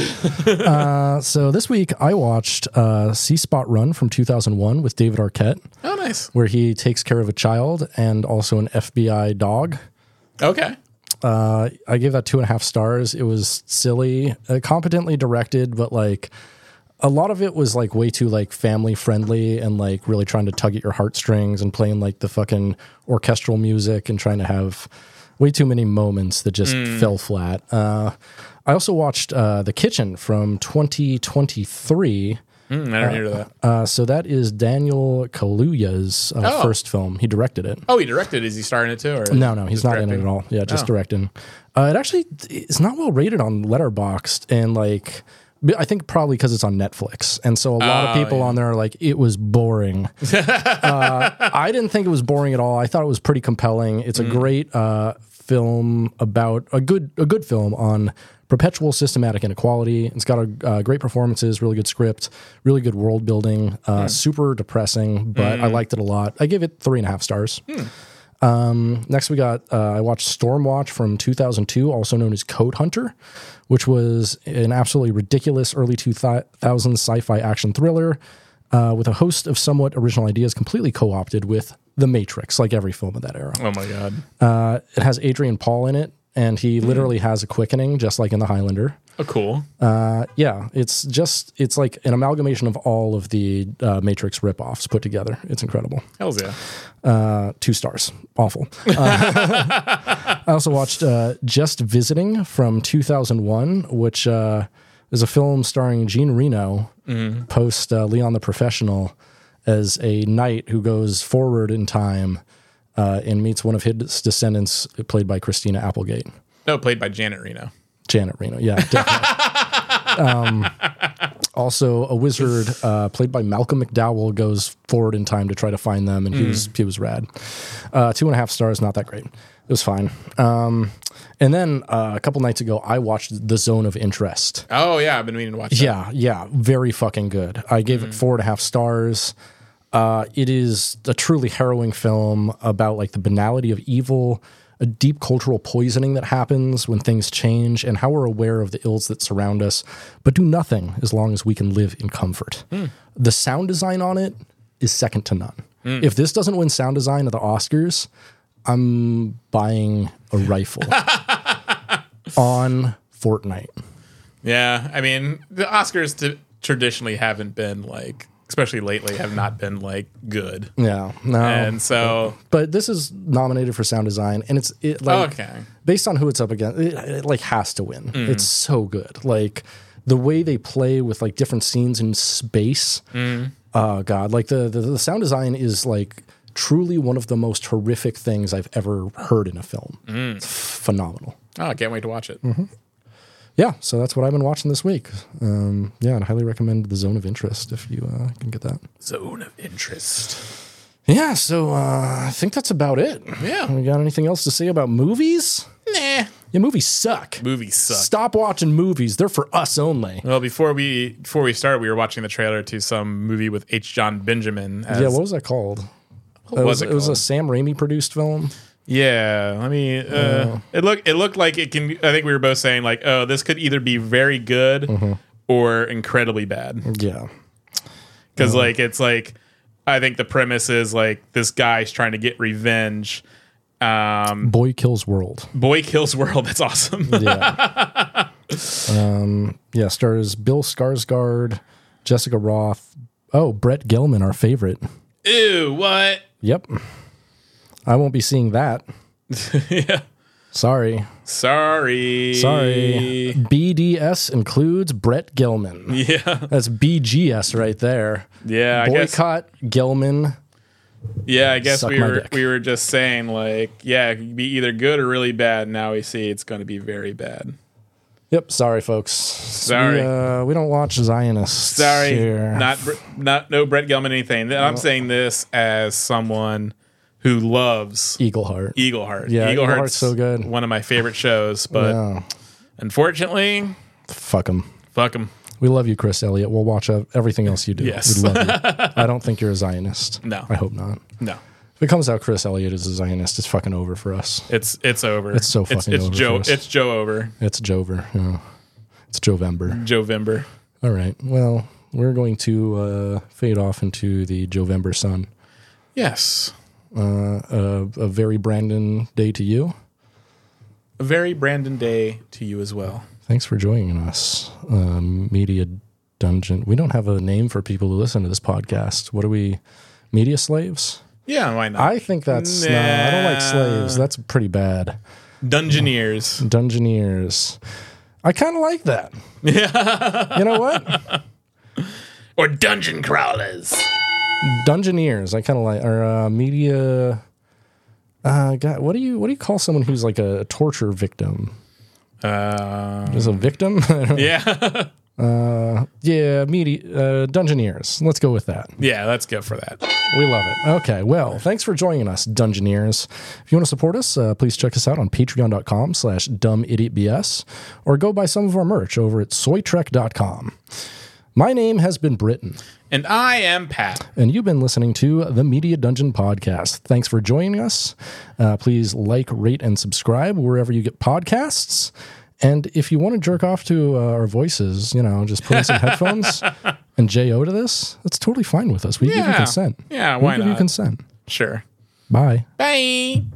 uh, so this week I watched uh, C Spot Run from 2001 with David Arquette, Oh, nice. where he takes care of a child and also an FBI dog. Okay. Uh, I gave that two and a half stars. It was silly, uh, competently directed, but like a lot of it was like way too like family friendly and like really trying to tug at your heartstrings and playing like the fucking orchestral music and trying to have way too many moments that just fell flat. Uh, I also watched uh, The Kitchen from 2023. Mm, I don't hear that. Uh, so that is Daniel Kaluuya's uh, Oh. first film. He directed it. Oh, he directed. Is he starring it too? Or No, no, he's just not in it directing? at all. Yeah, just Oh. directing. Uh, it actually it's not well rated on Letterboxd, and like I think probably because it's on Netflix, and so a lot of Oh, people yeah. on there are like, it was boring. uh, I didn't think it was boring at all. I thought it was pretty compelling. It's Mm. a great uh, film about a good a good film on perpetual systematic inequality. It's got a uh, great performances, really good script, really good world building. Uh, Hmm. Super depressing, but I liked it a lot. I gave it three and a half stars. Next, we got uh, I watched Stormwatch from 2002, also known as Code Hunter, which was an absolutely ridiculous early 2000s sci-fi action thriller uh, with a host of somewhat original ideas, completely co-opted with The Matrix, like every film of that era. Oh my god. Uh, it has Adrian Paul in it, and he literally has a quickening, just like in The Highlander. Oh, cool. Uh, yeah, it's just it's like an amalgamation of all of the uh, Matrix ripoffs put together. It's incredible Hell's yeah. uh, two stars. Awful. Uh, I also watched uh, Just Visiting from 2001, which uh, is a film starring Gene Reno, post uh, Leon the Professional, as a knight who goes forward in time uh, and meets one of his descendants, played by Christina Applegate. No, played by Janet Reno. Janet Reno. Yeah, definitely. um, also, a wizard uh, played by Malcolm McDowell goes forward in time to try to find them, and he was he was rad. Uh, two and a half stars, not that great. It was fine. Um, and then uh, a couple nights ago, I watched The Zone of Interest. Oh yeah, I've been meaning to watch. That. Yeah, yeah, very fucking good. I gave it four and a half stars. Uh, it is a truly harrowing film about like the banality of evil, a deep cultural poisoning that happens when things change, and how we're aware of the ills that surround us, but do nothing as long as we can live in comfort. The sound design on it is second to none. If this doesn't win sound design at the Oscars, I'm buying a rifle on Fortnite. Yeah. I mean, the Oscars t- traditionally haven't been like, especially lately, have not been like good. Yeah, no. And so, but this is nominated for sound design and it's it like okay. Mm. based on who it's up against it, it like has to win it's so good like the way they play with like different scenes in space Mm. oh god like the, the the sound design is like truly one of the most horrific Mm. things i've ever heard in a film it's phenomenal Mm-hmm. Oh, I can't wait to watch it. yeah, so that's what I've been watching this week. Um, yeah, I'd highly recommend The Zone of Interest if you uh, can get that. Zone of interest. Yeah, so uh, I think that's about it. Yeah. We got anything else to say about movies? Nah. Yeah, movies suck. Movies suck. Stop watching movies. They're for us only. Well, before we before we start, we were watching the trailer to some movie with H. John Benjamin. As, yeah, what was that called? what it was it? it was a called? Sam Raimi produced film. yeah, I mean, uh, it looked it looked like it can. I think we were both saying like, oh, this could either be very good Mm-hmm. or incredibly bad. Yeah. because like it's like i think the premise is like this guy's trying to get revenge um Boy Kills World. boy kills world that's awesome Yeah. um, yeah, stars Bill Skarsgård, Jessica Roth. Oh, Brett Gelman, our favorite. ew what Yep. I won't be seeing that. yeah Sorry. sorry Sorry. BDS includes Brett Gelman. yeah That's BGS right there. yeah i guess Boycott Gelman. yeah i guess Suck we my were dick. we were just saying like yeah it could be either good or really bad now we see it's going to be very bad Yep. Sorry, folks. Sorry. Sorry. We, uh, we don't watch Zionists. sorry here. not Br- not no brett gelman anything i'm saying this as someone who loves Eagle Heart. Eagle Heart. Yeah, Eagle Heart's so good. One of my favorite shows, but Yeah. unfortunately, Fuck them. fuck them. We love you, Chris Elliott. We'll watch uh, everything else you do. Yes. We love you. I don't think you're a Zionist. No. I hope not. No, If it comes out Chris Elliott is a Zionist, it's fucking over for us. it's it's over. It's so it's, fucking it's over Joe. for us. It's Joe over. It's Jover. Yeah. It's Jovember. Jovember. All right. Well, we're going to uh, fade off into the Jovember sun. Yes, Uh, a, a very Brandon day to you. a very Brandon Day to you as well. Thanks for joining us, um, Media Dungeon. We don't have a name for people who listen to this podcast. What are we, media slaves? Yeah, why not? I think that's no. I don't like Nah. slaves. That's pretty bad. Dungeoneers. Dungeoneers. I kind of like that. Yeah. you know what? or dungeon crawlers. Dungeoneers. I kind of like or uh, media. Uh, God, what do you what do you call someone who's like a torture victim? Uh, Is a victim? yeah, yeah, media uh, dungeoneers. Let's go with that. yeah. Let's go for that. We love it. Okay, well, thanks for joining us, Dungeoneers. If you want to support us, uh, please check us out on patreon.com slash dumbidiotbs or go buy some of our merch over at soytrek.com. My name has been Britton, And I am Pat. and you've been listening to the Media Dungeon Podcast. Thanks for joining us. Uh, please like, rate, and subscribe wherever you get podcasts. And if you want to jerk off to uh, our voices, you know, just put in some headphones and JO to this, that's totally fine with us. We give you Yeah. consent. Yeah, we why give you not? consent. Sure. Bye. Bye.